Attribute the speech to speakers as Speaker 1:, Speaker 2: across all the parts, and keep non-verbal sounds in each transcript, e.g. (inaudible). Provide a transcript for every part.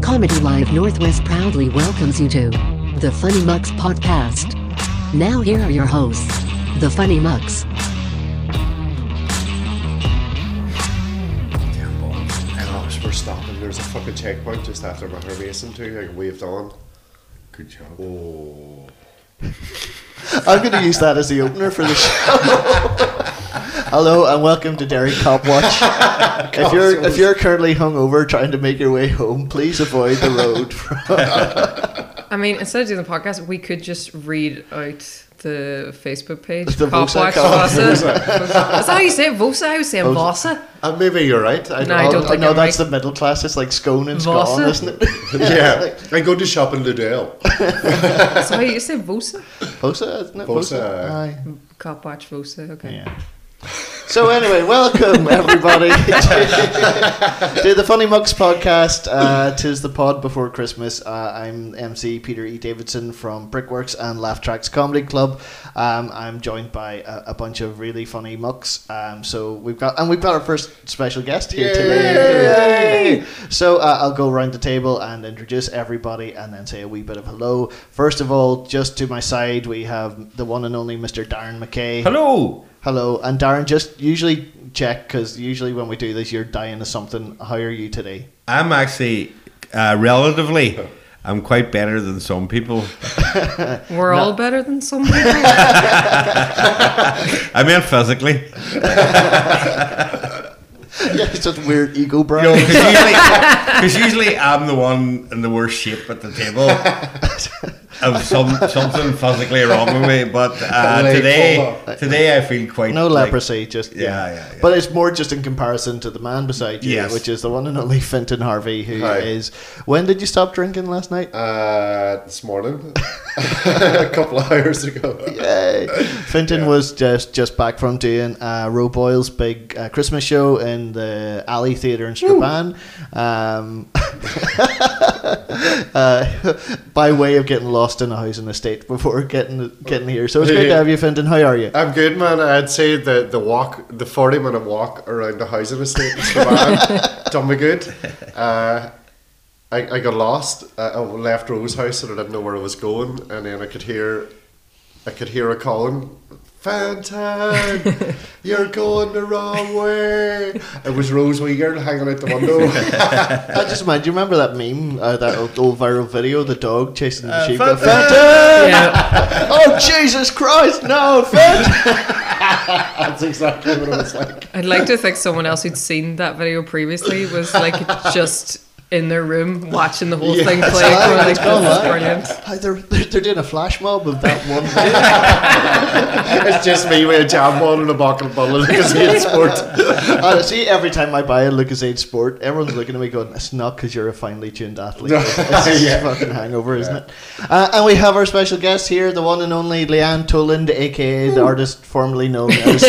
Speaker 1: Comedy Live Northwest proudly welcomes you to the Funny Mucks podcast. Now, here are your hosts, the Funny Mucks.
Speaker 2: Oh, gosh, we're stopping. There's a fucking checkpoint just after my Mason too. I waved on.
Speaker 3: Good job.
Speaker 2: Oh. (laughs) I'm going to use that as the opener for the
Speaker 4: (laughs)
Speaker 2: show.
Speaker 4: Hello and welcome to Dairy Cop (laughs) Watch. if you're if you're currently hungover trying to make your way home, please avoid the (laughs) road.
Speaker 5: I mean, instead of doing the podcast, we could just read out the Facebook page.
Speaker 4: The
Speaker 5: Cop
Speaker 4: Vosa,
Speaker 5: Watch
Speaker 4: Cop-
Speaker 5: Vosa. Is that how you say it? Vosa? I was saying Vosa.
Speaker 4: and maybe you're right. I
Speaker 5: No, I don't think
Speaker 4: know
Speaker 5: I'm
Speaker 4: Oh, that's
Speaker 5: right.
Speaker 4: the middle class. It's like scone and scone,
Speaker 5: Vossa?
Speaker 4: isn't it?
Speaker 2: yeah. I go to shop in Liddell.
Speaker 5: That's how you say Vosa?
Speaker 4: Vosa, isn't it?
Speaker 2: Vossa.
Speaker 4: Aye.
Speaker 5: Cop Watch Vosa. Okay.
Speaker 4: Yeah. (laughs) So anyway, welcome (laughs) everybody to the Funny Mucks podcast. Uh, Tis the pod before Christmas. Uh, I'm MC Peter E Davidson from Brickworks and Laugh Tracks Comedy Club. Um, I'm joined by a, a bunch of really funny mucks. Um, so we've got and we've got our first special guest here today. Yay! So uh, I'll go around the table and introduce everybody and then say a wee bit of hello. First of all, just to my side, we have the one and only Mr. Darren McKay.
Speaker 3: Hello.
Speaker 4: Hello, and Darren, just usually check because usually when we do this, you're dying of something. How are you today?
Speaker 3: I'm actually uh, relatively. I'm quite better than some people.
Speaker 5: We're all better than some people.
Speaker 3: I mean, physically.
Speaker 4: yeah, it's just weird ego brand.
Speaker 3: Because usually, 'cause usually I'm the one in the worst shape at the table. Of some something physically wrong with me, but uh,
Speaker 2: Like,
Speaker 3: today
Speaker 2: hold
Speaker 3: today I feel quite
Speaker 4: no
Speaker 3: like-
Speaker 4: leprosy, just
Speaker 3: Yeah, yeah, yeah.
Speaker 4: But it's more just in comparison to the man beside you,
Speaker 3: Yes.
Speaker 4: which is the one and only Fenton Harvey, who is.
Speaker 2: Hi.
Speaker 4: When did you stop drinking last night?
Speaker 2: Uh, this morning. (laughs) a couple of hours ago.
Speaker 4: Yay. Finton was just just back from doing uh, Roe Boyle's big uh, Christmas show in the Alley Theatre in Strabane. Um, (laughs) uh, by way of getting lost in a housing estate before getting getting here. So it's great to
Speaker 2: Yeah.
Speaker 4: have you, Finton. How are you?
Speaker 2: I'm good, man. I'd say the, the walk, the 40 minute walk around the housing estate in
Speaker 4: (laughs)
Speaker 2: Strabane done me good. Uh, I, I got lost. I, I left Rose House and I didn't know where I was going. And then I could hear, I could hear her calling,
Speaker 4: (laughs)
Speaker 2: Fenton, you're going the wrong way. It was Rose wee girl hanging out the
Speaker 4: (laughs)
Speaker 2: window.
Speaker 4: I just mind. Do you remember that meme, uh, that old, old viral video, the dog chasing the
Speaker 3: Uh,
Speaker 4: sheep?
Speaker 3: Fenton!
Speaker 4: Fenton!
Speaker 5: yeah.
Speaker 4: (laughs) Oh Jesus Christ! No, Fenton!
Speaker 2: That's exactly what it was like.
Speaker 5: I'd like to think someone else who'd seen that video previously was like just in their room watching the whole thing play.
Speaker 4: Aye,
Speaker 5: going, like,
Speaker 4: it's gone,
Speaker 5: this is
Speaker 4: aye.
Speaker 5: brilliant.
Speaker 4: Aye, They're, they're, they're doing a flash mob of that one.
Speaker 5: (laughs)
Speaker 4: video.
Speaker 2: It's just me with a jam on and a bucket of bullet because it's sport.
Speaker 4: Uh, see, every time I buy a Lucasade Sport, everyone's looking at me going, "It's not because you're a finely tuned athlete. It's just
Speaker 2: (laughs) Yeah.
Speaker 4: fucking hangover, isn't it?" Uh, and we have our special guest here, the one and only Leanne Toland, aka the artist
Speaker 2: (laughs)
Speaker 4: formerly known as.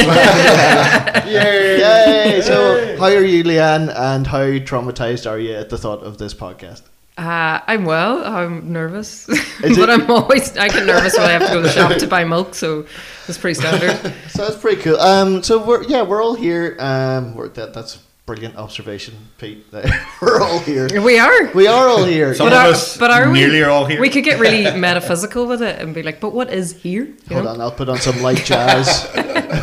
Speaker 2: Yay!
Speaker 4: Yay! So, how are you, Leanne? And how traumatized are you at the thought of this podcast?
Speaker 5: Uh, I'm well. I'm nervous,
Speaker 4: Is
Speaker 5: (laughs)
Speaker 4: it-
Speaker 5: but I'm always I get nervous when I have to go to the shop to buy milk, so it's pretty
Speaker 4: (laughs)
Speaker 5: standard.
Speaker 4: So that's pretty cool. Um, so we're yeah, we're all here. Um, we're, that that's a brilliant observation, Pete. (laughs) we're all here.
Speaker 5: We are.
Speaker 4: We are all here.
Speaker 3: Some of us nearly
Speaker 5: we,
Speaker 3: are all here.
Speaker 5: We could get really (laughs) metaphysical with it and be like, but what is here? You
Speaker 4: Hold
Speaker 5: know?
Speaker 4: on, I'll put on some light jazz.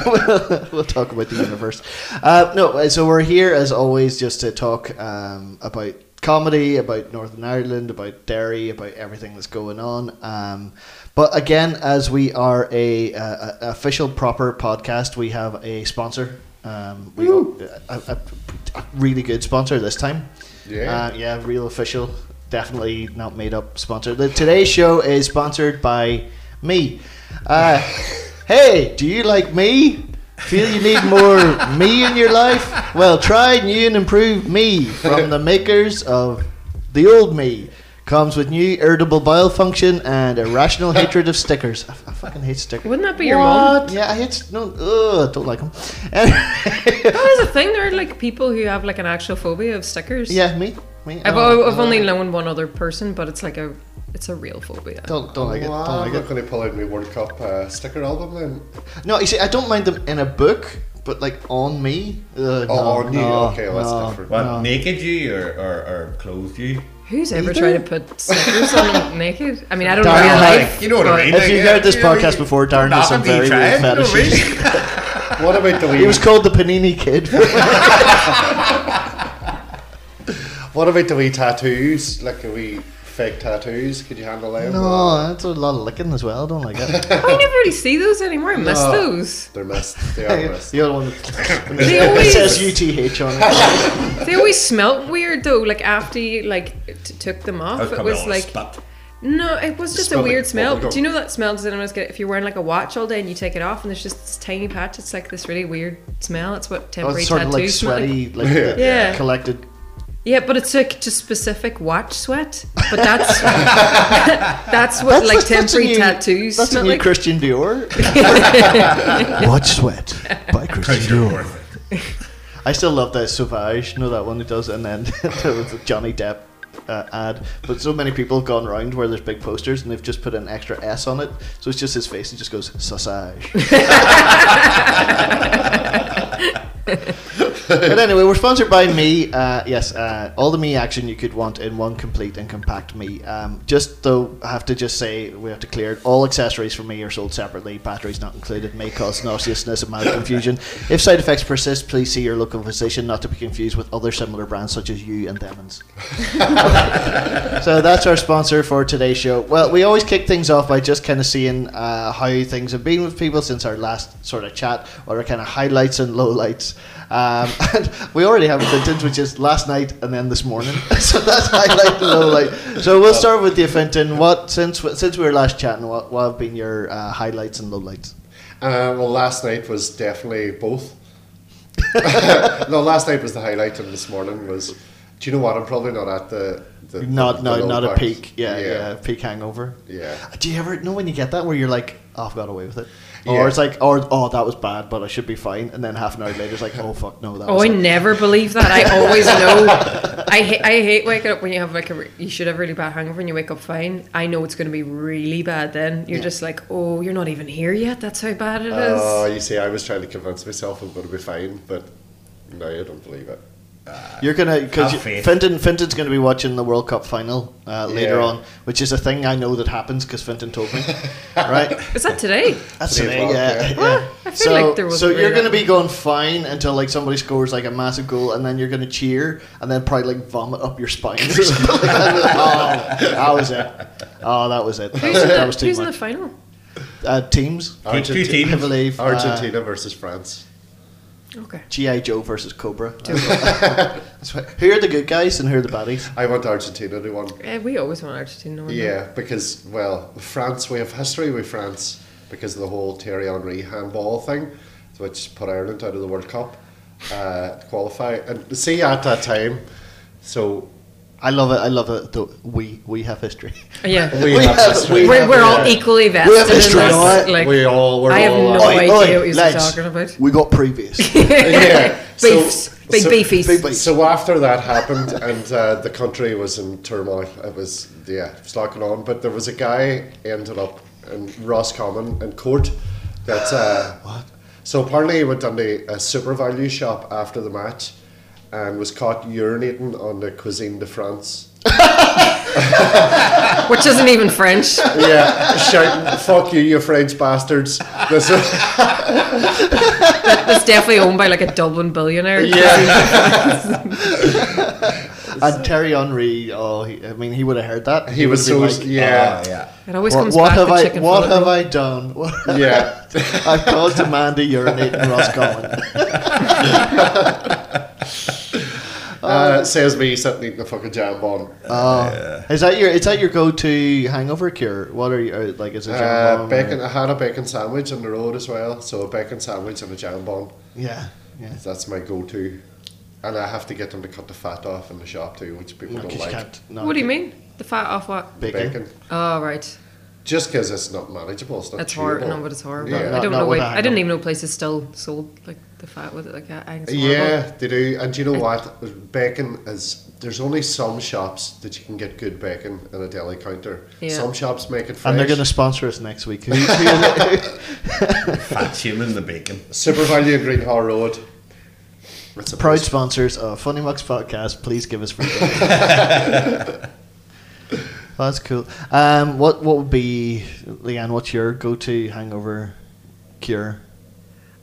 Speaker 4: we'll, we'll talk about the universe. Uh, no, uh, so we're here as always just to talk um, about comedy, about Northern Ireland, about Derry, about everything that's going on. Um, but again, as we are a, uh, a a official proper podcast, we have a sponsor. Um, we a, a, a really good sponsor this time.
Speaker 2: Yeah.
Speaker 4: Uh, yeah, real official. Definitely not made up sponsor. The, today's show is sponsored by me. Uh, hey, do you like me? Feel you need more me in your life? Well, try new and improved me from the makers of the old me. Comes with new irritable bile function and irrational hatred of stickers. I, I fucking hate stickers.
Speaker 5: Wouldn't that be your mom?
Speaker 4: Yeah, I hate st- no. Ugh, don't like them. (laughs) Anyway,
Speaker 5: That is a thing. There are like people who have like an actual phobia of stickers.
Speaker 4: yeah, me, me.
Speaker 5: I've,
Speaker 4: Oh,
Speaker 5: I've
Speaker 4: oh,
Speaker 5: only known one other person, but it's like a it's a real phobia.
Speaker 4: Don't don't (laughs) like it. Don't
Speaker 2: Wow,
Speaker 4: like
Speaker 2: I'm
Speaker 4: it.
Speaker 2: not going to pull out my World Cup uh, sticker album then.
Speaker 4: No, you see, I don't mind them in a book, but like on me.
Speaker 2: Oh,
Speaker 4: Uh, no,
Speaker 2: on you?
Speaker 4: no,
Speaker 2: Okay, well, that's
Speaker 4: no.
Speaker 2: different.
Speaker 3: What
Speaker 4: No.
Speaker 3: naked you or, or, or clothed you?
Speaker 5: Who's ever
Speaker 4: Either?
Speaker 5: tried to put snippers on (laughs) naked? I mean, I don't know
Speaker 4: Darren
Speaker 5: real
Speaker 4: Hardy.
Speaker 5: life.
Speaker 3: You know what I
Speaker 5: but-
Speaker 3: mean?
Speaker 4: If you heard this podcast before, Darren has some
Speaker 3: Nothing
Speaker 4: very
Speaker 3: he
Speaker 4: weird
Speaker 3: tried, you know what I mean?
Speaker 4: fetishes.
Speaker 2: What about the wee?
Speaker 4: He was called the
Speaker 2: (laughs)
Speaker 4: Panini Kid.
Speaker 2: what about the wee tattoos? Like the wee fake tattoos? Could you handle them? (laughs)
Speaker 4: no, that's a lot of licking as well. I don't like it.
Speaker 5: I never really see those anymore. I miss
Speaker 2: No.
Speaker 5: those.
Speaker 2: They're missed. (laughs) They are
Speaker 4: (laughs)
Speaker 2: missed.
Speaker 4: the other
Speaker 2: (laughs)
Speaker 4: one that
Speaker 5: They
Speaker 4: it
Speaker 5: always,
Speaker 4: says UTH on it.
Speaker 5: they always smelt weird though. Like after you like t- took them
Speaker 3: I was
Speaker 5: off, it
Speaker 3: coming
Speaker 5: was
Speaker 3: on a
Speaker 5: like
Speaker 3: spit.
Speaker 5: no, it was just a
Speaker 2: smelled like
Speaker 5: weird smell.
Speaker 2: bubblegum.
Speaker 5: Do you know that smell? Does anyone else get it? If you're wearing like a watch all day and you take it off, and there's just this tiny patch, it's like this really weird smell. It's what
Speaker 4: Oh,
Speaker 5: temporary
Speaker 4: it's sort of like
Speaker 5: tattoos smell like.
Speaker 4: sweaty, like
Speaker 2: (laughs) Yeah.
Speaker 4: the-
Speaker 5: Yeah.
Speaker 4: collected.
Speaker 5: Yeah, but it's like just specific watch sweat.
Speaker 4: (laughs)
Speaker 5: But that's that's what
Speaker 4: That's-
Speaker 5: like
Speaker 4: that's- that's a
Speaker 5: temporary
Speaker 4: new-
Speaker 5: tattoos
Speaker 4: That's a
Speaker 5: smell
Speaker 4: new
Speaker 5: like.
Speaker 4: Christian Dior. (laughs) Watch Sweat by Christian
Speaker 3: Because you're
Speaker 4: Dior.
Speaker 3: worth it.
Speaker 4: I still love that Sauvage, you know that one who does, and then (laughs) there was a Johnny Depp uh, ad. But so many people have gone round where there's big posters and they've just put an extra S on it, so it's just his face and just goes Sausage.
Speaker 5: (laughs)
Speaker 4: (laughs) but anyway, we're sponsored by Me. Uh, yes, uh, all the Me action you could want in one complete and compact Me. Um, just though, I have to just say we have to clear it. All accessories for Me are sold separately. Batteries not included. May cause nauseousness and mild confusion. If side effects persist, please see your local physician, not to be confused with other similar brands such as You and Demons. So that's our sponsor for today's show. Well, we always kick things off by just kind of seeing uh, how things have been with people since our last sort of chat, or our kind of highlights and lowlights. Um, (laughs) and we already have Finton's, which is last night and then this morning. (laughs) so that's highlight and lowlight. So we'll start with you, Finton. What since since we were last chatting, what, what have been your uh, highlights and lowlights?
Speaker 2: Uh, well, last night was definitely both. (laughs) no, last night was the highlight, and this morning was. Do you know what? I'm probably not at the. the
Speaker 4: Not
Speaker 2: the
Speaker 4: no,
Speaker 2: low
Speaker 4: not a
Speaker 2: part.
Speaker 4: peak. Yeah, yeah, peak hangover.
Speaker 2: Yeah.
Speaker 4: Do you ever know when you get that where you're like, oh, I've got away with it?
Speaker 2: Yeah.
Speaker 4: Or it's like, or oh, that was bad, but I should be fine. And then half an hour later, it's like, oh fuck, no, that.
Speaker 5: Oh,
Speaker 4: was
Speaker 5: I
Speaker 4: it.
Speaker 5: never believe that. I always
Speaker 4: (laughs)
Speaker 5: know. I ha- I hate waking up when you have like a re- you should have really bad hangover and you wake up fine. I know it's going to be really bad. Then you're just like, oh, you're not even here yet. That's how bad it is.
Speaker 2: Oh,
Speaker 4: Uh,
Speaker 2: you see, I was trying to convince myself I'm going to be fine, but no, I don't believe it.
Speaker 4: You're gonna because
Speaker 3: Have faith.
Speaker 4: Finton Finton's gonna be watching the World Cup final uh, later
Speaker 2: Yeah.
Speaker 4: on, which is a thing I know that happens because Finton
Speaker 2: (laughs)
Speaker 4: told me. right?
Speaker 5: is that today?
Speaker 4: That's
Speaker 2: Three
Speaker 4: today,
Speaker 2: o'clock,
Speaker 4: yeah.
Speaker 2: yeah.
Speaker 5: Well,
Speaker 4: yeah.
Speaker 5: I feel
Speaker 4: so,
Speaker 5: like there was
Speaker 4: so
Speaker 5: really
Speaker 4: you're going to
Speaker 5: that
Speaker 4: be going fine until like somebody scores like a massive goal, and then you're going to cheer, and then probably like vomit up your spine. Or something
Speaker 2: (laughs)
Speaker 4: like that. oh, that was it. Oh, that was it. That
Speaker 5: Who's
Speaker 4: was,
Speaker 5: in
Speaker 4: that
Speaker 5: the,
Speaker 4: was too
Speaker 5: who's in the
Speaker 4: much.
Speaker 5: final?
Speaker 4: Uh, teams,
Speaker 3: Two- two
Speaker 2: Argenti-
Speaker 3: teams.
Speaker 4: I believe. Uh,
Speaker 2: Argentina versus France.
Speaker 4: (laughs)
Speaker 5: Okay.
Speaker 4: GI Joe versus Cobra. That's right. Who are the good guys and who are the baddies?
Speaker 2: I want Argentina to win.
Speaker 5: Eh, we always want Argentina. to win.
Speaker 2: Yeah, because well, France. We have history with France because of the whole Thierry Henry handball thing, which put Ireland out of the World Cup uh, to qualify. And see, at that time, so
Speaker 4: I love it. I love it. Though we we have history.
Speaker 5: Oh, yeah.
Speaker 2: we,
Speaker 4: We
Speaker 2: have
Speaker 4: have-
Speaker 2: history.
Speaker 4: we
Speaker 5: We're, we're all
Speaker 4: Yeah.
Speaker 5: equally vested in this.
Speaker 4: history, alright?
Speaker 5: Like,
Speaker 2: we all. We're
Speaker 5: I have
Speaker 2: all
Speaker 5: (laughs) no
Speaker 2: uh,
Speaker 5: idea what you're
Speaker 4: lads,
Speaker 5: talking about.
Speaker 4: We got previous.
Speaker 5: (laughs)
Speaker 2: yeah. So-
Speaker 5: Beefs. Big
Speaker 2: so-
Speaker 5: beefies.
Speaker 4: big beef.
Speaker 2: So after that happened, and uh, the country was in turmoil, it was yeah, it was locking on. But there was a guy ended up in Roscommon in court. That uh, (gasps) what? So apparently he went into a super value shop after the match, and was caught urinating on the cuisine de France.
Speaker 5: Which isn't even French.
Speaker 2: Yeah, (laughs) shouting "fuck you, you French bastards!" This (laughs) is-
Speaker 5: That's definitely owned by like a Dublin billionaire.
Speaker 2: yeah,
Speaker 4: and Terry Henry. Oh, he, I mean, he would have heard that.
Speaker 2: he was so
Speaker 4: would've been
Speaker 2: yeah.
Speaker 3: Oh, yeah.
Speaker 5: It always
Speaker 4: What,
Speaker 5: comes
Speaker 4: what
Speaker 5: back
Speaker 4: have
Speaker 5: to
Speaker 4: I?
Speaker 5: chicken
Speaker 4: What
Speaker 5: fillet
Speaker 4: have
Speaker 5: roll.
Speaker 4: I done? (laughs) What-
Speaker 2: "Oh, Yeah, (laughs)
Speaker 4: I've caused Amanda urinate in Roscommon.
Speaker 2: uh, says me sitting eating a fucking jam bomb.
Speaker 4: Oh, is that your? Is that your go-to hangover cure? What are you uh, like? Is it jam
Speaker 2: Uh,
Speaker 4: bomb
Speaker 2: bacon.
Speaker 4: or-
Speaker 2: I had a bacon sandwich on the road as well, so a bacon sandwich and a jam bun.
Speaker 4: Yeah, yeah.
Speaker 2: That's my go-to, and I have to get them to cut the fat off in the shop too, which people
Speaker 4: No, 'cause
Speaker 2: don't
Speaker 4: you
Speaker 2: like.
Speaker 4: can't- no,
Speaker 5: What do you
Speaker 4: you
Speaker 5: mean? The fat off what?
Speaker 4: Bacon.
Speaker 2: Bacon,
Speaker 5: Oh right,
Speaker 2: just because it's not manageable. It's not.
Speaker 5: that's horrible.
Speaker 2: chewable.
Speaker 5: No, but it's horrible.
Speaker 2: Yeah.
Speaker 5: I
Speaker 4: Not-
Speaker 5: don't
Speaker 4: not
Speaker 5: know why.
Speaker 4: with a
Speaker 5: I didn't
Speaker 4: hangover.
Speaker 5: even know places still sold like the fat with it. Like I, I think it's horrible.
Speaker 2: Uh, Yeah, they do. And do you know what? Bacon is there's only some shops that you can get good bacon in a deli counter.
Speaker 5: Yeah.
Speaker 2: Some shops make it fresh.
Speaker 4: And they're going to sponsor us next week. (laughs) Who-
Speaker 2: (laughs)
Speaker 4: who-
Speaker 3: Fat shaming the bacon.
Speaker 2: Super Value in Greenhall Road. It's a
Speaker 4: proud
Speaker 2: place-
Speaker 4: sponsors of Funny Mucks Podcast. Please give us free. Well, that's cool. Um, what what would be Leanne? What's your go-to hangover
Speaker 5: (laughs)
Speaker 4: cure?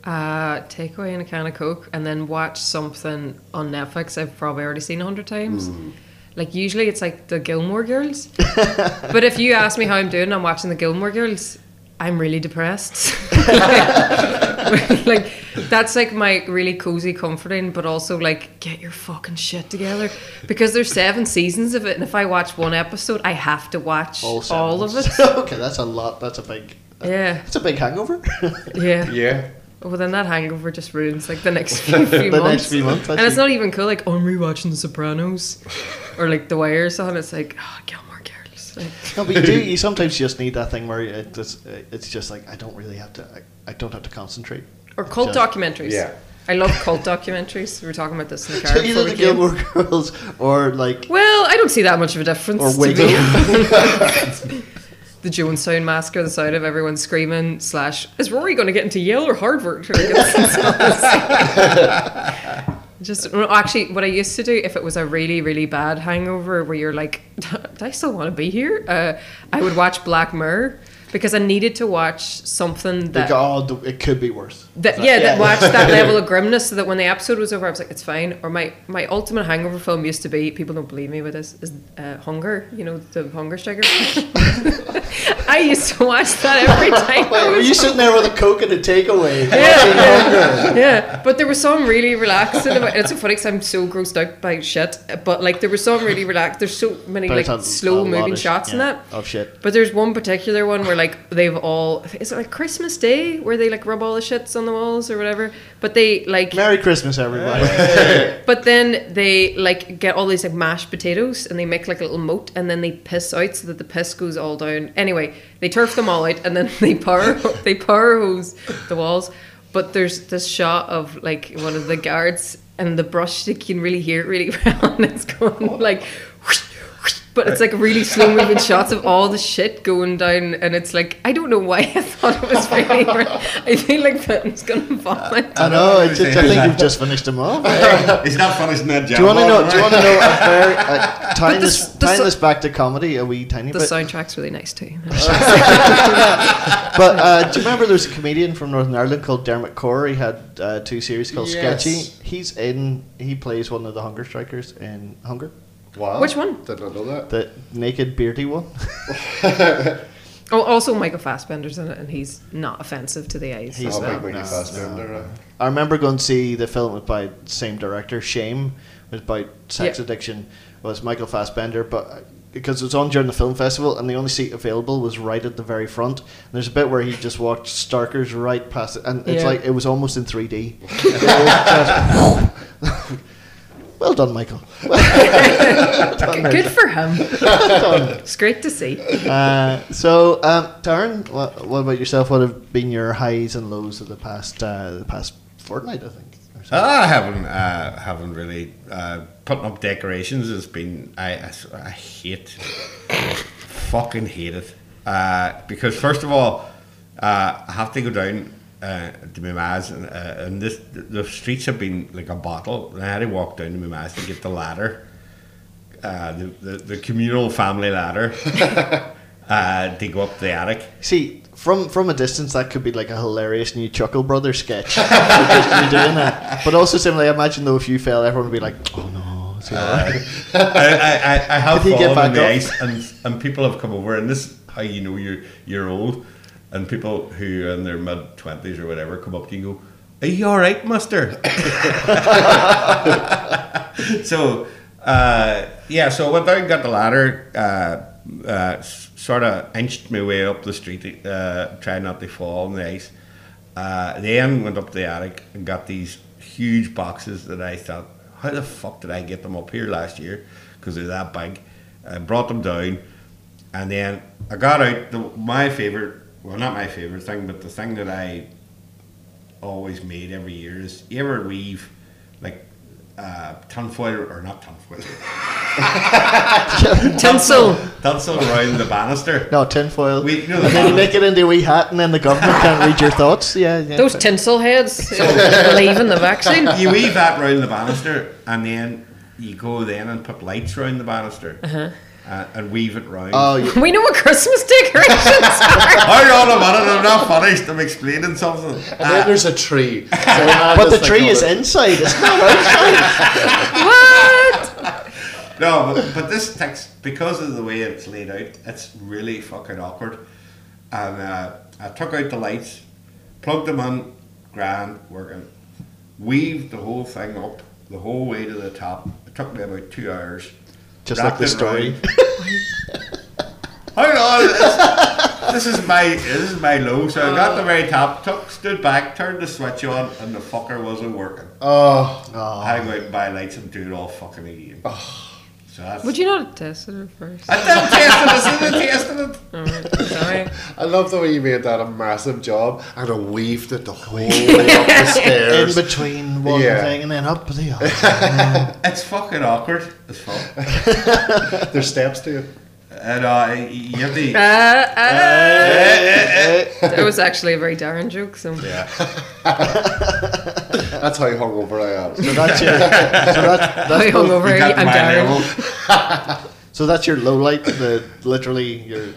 Speaker 5: Uh, take away in a can of Coke and then watch something on Netflix I've probably already seen a hundred times.
Speaker 4: Mm.
Speaker 5: Like usually it's like the Gilmore Girls, but if you ask me how I'm doing, I'm watching the Gilmore Girls. I'm really depressed. (laughs) like that's like my really cozy, comforting, but also like get your fucking shit together because there's seven seasons of it, and if I watch one episode, I have to watch all,
Speaker 4: seven.
Speaker 5: of it.
Speaker 4: (laughs) okay, that's a lot. That's a big.
Speaker 5: Yeah,
Speaker 4: That's a big hangover. (laughs)
Speaker 5: yeah.
Speaker 2: Yeah.
Speaker 5: Well, then that hangover just ruins like
Speaker 4: (laughs)
Speaker 5: the next few, few
Speaker 4: The
Speaker 5: months.
Speaker 4: next few months,
Speaker 5: and
Speaker 4: actually.
Speaker 5: it's not even cool. Like I'm rewatching The Sopranos, or like The Wire or something. It's like oh, Gilmore Girls. Like,
Speaker 4: no, but you do. You sometimes just need that thing where it just, it's just like I don't really have to. I, I don't have to
Speaker 5: (laughs)
Speaker 4: concentrate.
Speaker 5: or cult
Speaker 4: Just-
Speaker 5: documentaries.
Speaker 2: Yeah.
Speaker 5: I love cult documentaries. We were talking about this in
Speaker 4: (laughs)
Speaker 5: the car.
Speaker 4: So
Speaker 5: before
Speaker 4: either
Speaker 5: we
Speaker 4: the
Speaker 5: came.
Speaker 4: Gilmore Girls or like
Speaker 5: Well, I don't see that much of a difference.
Speaker 4: or
Speaker 5: to be
Speaker 4: Widow.
Speaker 5: the Jonestown massacre, the sound of everyone screaming, slash, is Rory going to get into Yale or Harvard? Like, it's- (laughs) Just well, actually, what I used to do if it was a really, really bad hangover where you're like, do I still want to be here? Uh, I would watch Black Mirror because I needed to watch something that.
Speaker 4: Like, oh, th- it could be worse.
Speaker 5: That, yeah, that
Speaker 4: (laughs)
Speaker 5: watched that level of grimness so that when the episode was over, I was like, it's fine. Or my, my ultimate hangover film used to be, people don't believe me with this, is uh, Hunger, you know, the Hunger Striker. (laughs) I used to watch that
Speaker 4: (laughs)
Speaker 5: every time. I
Speaker 4: Wait, were
Speaker 5: was-
Speaker 4: you sitting there with a coke and a takeaway?
Speaker 5: yeah, (laughs) yeah, but there was some really relaxing about It's so funny because I'm so grossed out by shit, but like there was some really relaxed. There's so many
Speaker 4: But it's
Speaker 5: like
Speaker 4: a- a
Speaker 5: slow
Speaker 4: lot
Speaker 5: moving
Speaker 4: of sh-
Speaker 5: shots in
Speaker 4: yeah,
Speaker 5: that.
Speaker 4: of shit.
Speaker 5: But there's one particular one where like they've all is it like Christmas Day where they like rub all the shits on the walls or whatever. But they like
Speaker 4: Merry Christmas, everybody.
Speaker 5: but then they like get all these like mashed potatoes and they make like a little moat and then they piss out so that the piss goes all down. Anyway, they turf them all out and then (laughs) they power they power hose the walls. But there's this shot of like one of the guards and the brush you can really hear it really (laughs) well and it's going like whoosh, whoosh, but it's like really slow moving shots of all the shit going down and it's like I don't know why I thought it was really (laughs) I feel like Ben's gonna vomit.
Speaker 4: I know. I, just, I think
Speaker 3: Yeah.
Speaker 4: you've just finished them off.
Speaker 3: He's not finishing that job.
Speaker 4: Do you want to know? Do you want to know? A very, uh, tying
Speaker 5: the
Speaker 4: this,
Speaker 5: s- the
Speaker 4: tying
Speaker 5: so-
Speaker 4: this back to comedy a wee tiny
Speaker 5: The
Speaker 4: bit.
Speaker 5: soundtrack's really nice too.
Speaker 4: But uh, do you remember there's a comedian from Northern Ireland called Dermot Corr? He had uh, two series called
Speaker 2: Yes.
Speaker 4: Sketchy. He's in. He plays one of the hunger strikers in Hunger,
Speaker 2: Wow.
Speaker 5: Which one?
Speaker 2: Did not know that.
Speaker 4: the naked beardy one.
Speaker 5: Oh, also Michael Fassbender's in it, and he's not offensive to the eyes.
Speaker 4: He's
Speaker 2: Oh,
Speaker 4: not,
Speaker 2: big Mickey
Speaker 4: no,
Speaker 2: Fassbender. uh,
Speaker 4: I remember going to see the film was by the same director, Shame, was about sex
Speaker 5: Yeah.
Speaker 4: addiction. Was Michael Fassbender, but uh, because it was on during the film festival, and the only seat available was right at the very front. And there's a bit where he just walked starkers right past it, and it's
Speaker 5: Yeah.
Speaker 4: like it was almost in
Speaker 5: (laughs)
Speaker 4: 3D. It was just- (laughs) well done, Michael.
Speaker 5: G- Good for
Speaker 3: (laughs)
Speaker 5: him. it's great to see.
Speaker 4: Uh, so, um, Darren, what, what about yourself? What have been your highs and lows of the past uh, the past fortnight? I think. or something?
Speaker 3: I haven't, uh, haven't really uh, putting up decorations. Has been I, I s- I hate, fucking hate it. Uh, because first of all, uh, I have to go down uh, to my ma's, and, uh, and this the streets have been like a bottle. And I had to walk down to my ma's to get the ladder, uh, the, the the communal family ladder, (laughs) uh, to go up the attic.
Speaker 4: See, from from a distance, that could be like a hilarious new Chuckle Brother (laughs) sketch. because you're doing that, but also similarly, I imagine though if you fail, everyone would be like, "Oh no, is he alright?"
Speaker 3: I, I, I- I have
Speaker 4: Did he get
Speaker 3: fallen
Speaker 4: back
Speaker 3: on the
Speaker 4: up?
Speaker 3: ice, and and people have come over, and this is how you know you're you're old, and people who are in their mid twenties or whatever come up to you and go, "Are you all right, Mister?" so uh, yeah, so I went down, got the ladder, uh, uh, sort of inched my way up the street, uh, trying not to fall on the ice. Uh, then went up the attic and got these huge boxes that I thought, how the fuck did I get them up here last year? Because they're that big. I brought them down, and then I got out the, my favorite, well, not my favorite thing, but the thing that I always made every year is you ever weave like uh, tinfoil or not tinfoil,
Speaker 4: (laughs)
Speaker 3: (laughs)
Speaker 5: Tinsel.
Speaker 3: tinsel around the banister.
Speaker 4: No tinfoil.
Speaker 3: We- you know
Speaker 4: (laughs)
Speaker 3: the
Speaker 4: and then you
Speaker 3: bottom.
Speaker 4: make it into a wee hat, and then the government can't read your thoughts. Yeah, yeah.
Speaker 5: Those tinsel heads you know, believing the vaccine.
Speaker 3: you weave that round the banister, and then you go then and put lights round the banister. uh, and weave it round.
Speaker 4: Oh,
Speaker 3: (laughs)
Speaker 4: yeah.
Speaker 5: We know what Christmas decorations (laughs) are.
Speaker 3: Hold on a minute, I'm not finished. I'm explaining something.
Speaker 2: And then there's a
Speaker 4: (laughs)
Speaker 2: tree. So
Speaker 4: but the tree is inside. It's not outside.
Speaker 5: what?
Speaker 3: No, but, but this text, because of the way it's laid out, it's really fucking awkward. And uh, I took out the lights, plugged them in, grand, working. Weaved the whole thing up the whole way to the top. It took me about two hours.
Speaker 4: (laughs) Just like the
Speaker 3: Wrapped it
Speaker 4: story.
Speaker 3: round. Hold on,
Speaker 4: (laughs)
Speaker 3: it's- this is my this is my low. So I got the very top, took stood back, turned the switch on, and the fucker wasn't working.
Speaker 4: Ah.
Speaker 2: Oh,
Speaker 4: Oh,
Speaker 3: I had to go out and buy lights and do it all fucking again.
Speaker 4: Ah.
Speaker 3: So that's
Speaker 5: Would you not have tested it first?
Speaker 3: I didn't taste it. I didn't taste it.
Speaker 5: Alright, sorry.
Speaker 2: I love the way you made that a massive job and I weaved it the
Speaker 4: (laughs)
Speaker 2: whole way up the
Speaker 4: in
Speaker 2: stairs.
Speaker 4: between one
Speaker 2: Yeah.
Speaker 4: thing and then up the (laughs) other.
Speaker 3: It's fucking awkward as fuck.
Speaker 2: There's steps to it.
Speaker 3: And uh, you have
Speaker 5: Uh,
Speaker 3: the
Speaker 5: uh,
Speaker 4: Eh, eh.
Speaker 5: that was actually a very Darren joke, so.
Speaker 2: That's how hungover I am.
Speaker 4: so that's your, so that's,
Speaker 5: Very
Speaker 4: that's both-
Speaker 5: hungover,
Speaker 3: you got
Speaker 5: I'm
Speaker 3: my
Speaker 5: Darren.
Speaker 3: level.
Speaker 4: so that's your low light. The literally your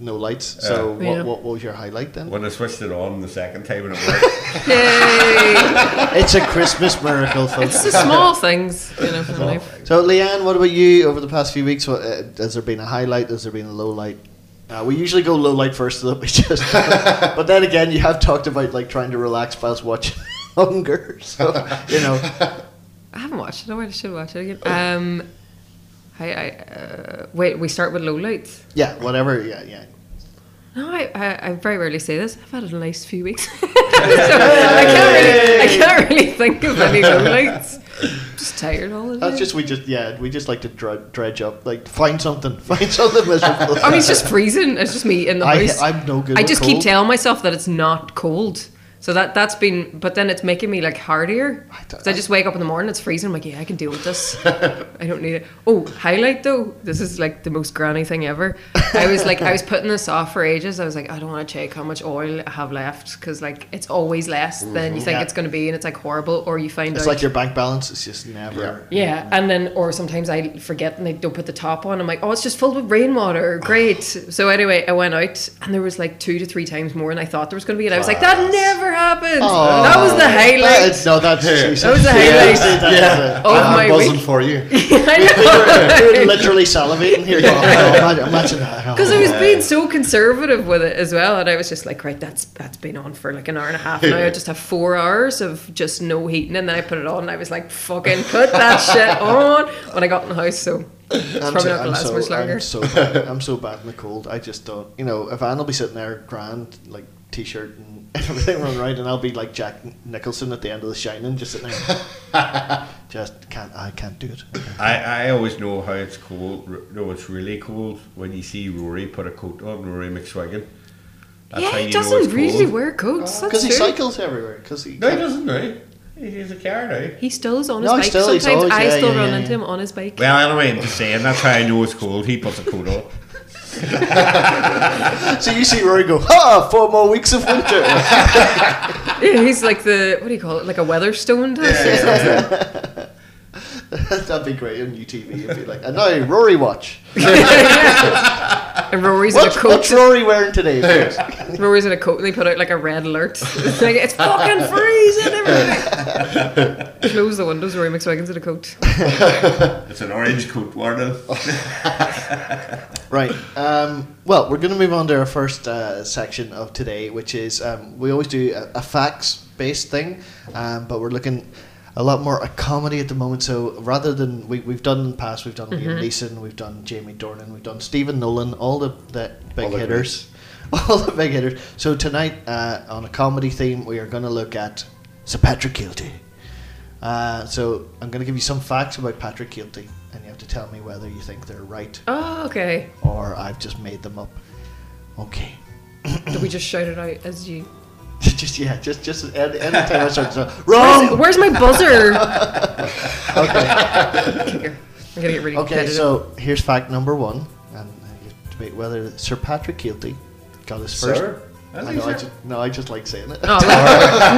Speaker 4: no lights. So what,
Speaker 5: Yeah.
Speaker 4: what was your highlight then?
Speaker 3: When I switched it on the second time and it worked, (laughs)
Speaker 5: Yay!
Speaker 4: It's a Christmas miracle, folks.
Speaker 5: It's the small things, you know, from life.
Speaker 4: So, Leanne, what about you over the past few weeks? What, uh, has there been a highlight? Has there been a low light? Uh, we usually go low light first, so that (laughs) we just.
Speaker 5: (laughs)
Speaker 4: but then again, you have talked about like trying to relax whilst watching (laughs) Hunger, so you know.
Speaker 5: (laughs) I haven't watched it. I should watch it again. Um, I, I uh, wait. We start with low lights.
Speaker 4: Yeah, whatever. Yeah, yeah.
Speaker 5: No, I, I, I very rarely say this. I've had a nice few weeks, (laughs) so I can't really, I can't really think of any low lights. Just tired all the
Speaker 4: That's
Speaker 5: time.
Speaker 4: just we just yeah we just like to dredge, dredge up like find something (laughs) find something miserable.
Speaker 5: (laughs) I mean, it's just freezing. It's just me in the
Speaker 4: I,
Speaker 5: house.
Speaker 4: I'm no good.
Speaker 5: I
Speaker 4: with
Speaker 5: just keep
Speaker 4: cold.
Speaker 5: telling myself that it's not cold. So that that's been, but then it's making me like hardier.
Speaker 4: I don't-
Speaker 5: So I just wake up in the morning, it's freezing. I'm like, yeah, I can deal with this. (laughs) I don't need it. Oh, highlight though. This is like the most granny thing ever. I was like, I was putting this off for ages. I was like, I don't want to check how much oil I have left because like it's always less than you think
Speaker 4: Mm-hmm. Yeah.
Speaker 5: it's going to be, and it's like horrible. Or you find
Speaker 4: It's
Speaker 5: out
Speaker 4: like your bank balance is just never.
Speaker 5: yeah, and then or sometimes I forget and I don't put the top on. I'm like, oh, it's just filled with rainwater. Great. so anyway, I went out and there was like two to three times more than I thought there was going to be, and I was like, that never happened. that was the
Speaker 4: That
Speaker 5: highlight.
Speaker 4: is, Uh, no, that's
Speaker 5: That was the highlight.
Speaker 4: Yeah, (laughs) yeah.
Speaker 5: Oh
Speaker 2: I'm
Speaker 5: my
Speaker 2: buzzing
Speaker 5: week. (laughs)
Speaker 2: for
Speaker 4: (laughs)
Speaker 2: you. (laughs)
Speaker 4: We're
Speaker 5: I know.
Speaker 4: literally salivating
Speaker 5: (laughs)
Speaker 4: here. Oh, imagine, imagine that.
Speaker 5: Because I was being so conservative with it as well, and I was just like, right, that's that's been on for like an hour and a half now. I just have four hours of just no heating, and then I put it on, and I was like, fucking put that shit on when I got in the house. So it's
Speaker 4: I'm
Speaker 5: probably
Speaker 4: so-
Speaker 5: not gonna
Speaker 4: I'm
Speaker 5: last
Speaker 4: so-
Speaker 5: much longer.
Speaker 4: I'm
Speaker 5: (laughs)
Speaker 4: so bad. I'm so bad in the cold. I just don't. You know, if Anne will be sitting there, grand like t-shirt and (laughs) everything running around, and I'll be like Jack Nicholson at the end of The Shining, just sitting there.
Speaker 5: (laughs)
Speaker 4: just can't. I can't do it.
Speaker 3: I, I always know how it's cold. r- No, it's really cold when you see Rory put a coat on, Rory McSwiggan. That's
Speaker 5: yeah, he doesn't really Oh, wear coats. that's
Speaker 4: Because he
Speaker 5: true.
Speaker 4: cycles everywhere. Because he.
Speaker 3: No, he doesn't now. He- He's a eh? car now.
Speaker 5: He stills on his
Speaker 4: No, he
Speaker 5: bike
Speaker 4: still- he's
Speaker 5: sometimes.
Speaker 4: always-
Speaker 5: I
Speaker 4: yeah,
Speaker 5: still
Speaker 4: yeah,
Speaker 5: run
Speaker 4: yeah,
Speaker 5: into
Speaker 4: yeah.
Speaker 5: him on his bike. (laughs)
Speaker 3: Well, anyway, I'm just saying, that's how I know it's cold. He puts a coat on.
Speaker 4: So you see Rory go, ha! Four more weeks of winter. (laughs)
Speaker 5: yeah, he's like the what do you call it? Like a Weatherstone. does.
Speaker 4: That'd be great on UTV. It'd be like, and now Rory watch.
Speaker 5: And Rory's in a
Speaker 4: What,
Speaker 5: coat.
Speaker 4: what's Rory wearing today? folks?
Speaker 5: Rory's in a coat, and they put out like a red alert. (laughs) It's like it's fucking freezing. Everything.
Speaker 4: (laughs)
Speaker 5: Close the windows. Rory McSwiggan's in a coat.
Speaker 3: It's an orange coat (laughs) warning.
Speaker 4: Right. Um, well, we're going to move on to our first uh, section of today, which is um, we always do a, a facts based thing, um, but we're looking a lot more at comedy at the moment. So rather than we, we've done in the past, we've done Liam Neeson, we've done Jamie Dornan, we've done Stephen Nolan, all the, the big
Speaker 2: All the
Speaker 4: hitters. (laughs) All the big hitters. So tonight, uh, on a comedy theme, we are going to look at Sir Patrick Keelty. Uh, so I'm going to give you some facts about Patrick Keelty, and you have to tell me whether you think they're right
Speaker 5: Oh, okay.
Speaker 4: or I've just made them up. Okay. (laughs)
Speaker 5: Did we just shout it out as you?
Speaker 4: just yeah, just just any, anytime I start to
Speaker 5: Where's,
Speaker 4: wrong.
Speaker 5: where's my buzzer?
Speaker 4: (laughs)
Speaker 5: (laughs)
Speaker 4: Okay.
Speaker 5: Kicker. I'm gonna get really
Speaker 4: Okay.
Speaker 5: competitive.
Speaker 4: So here's fact number one, and you debate whether Sir Patrick Keelty got his first.
Speaker 2: Sir?
Speaker 4: I know, I just, no, I just like saying it.
Speaker 5: No, like, Oh,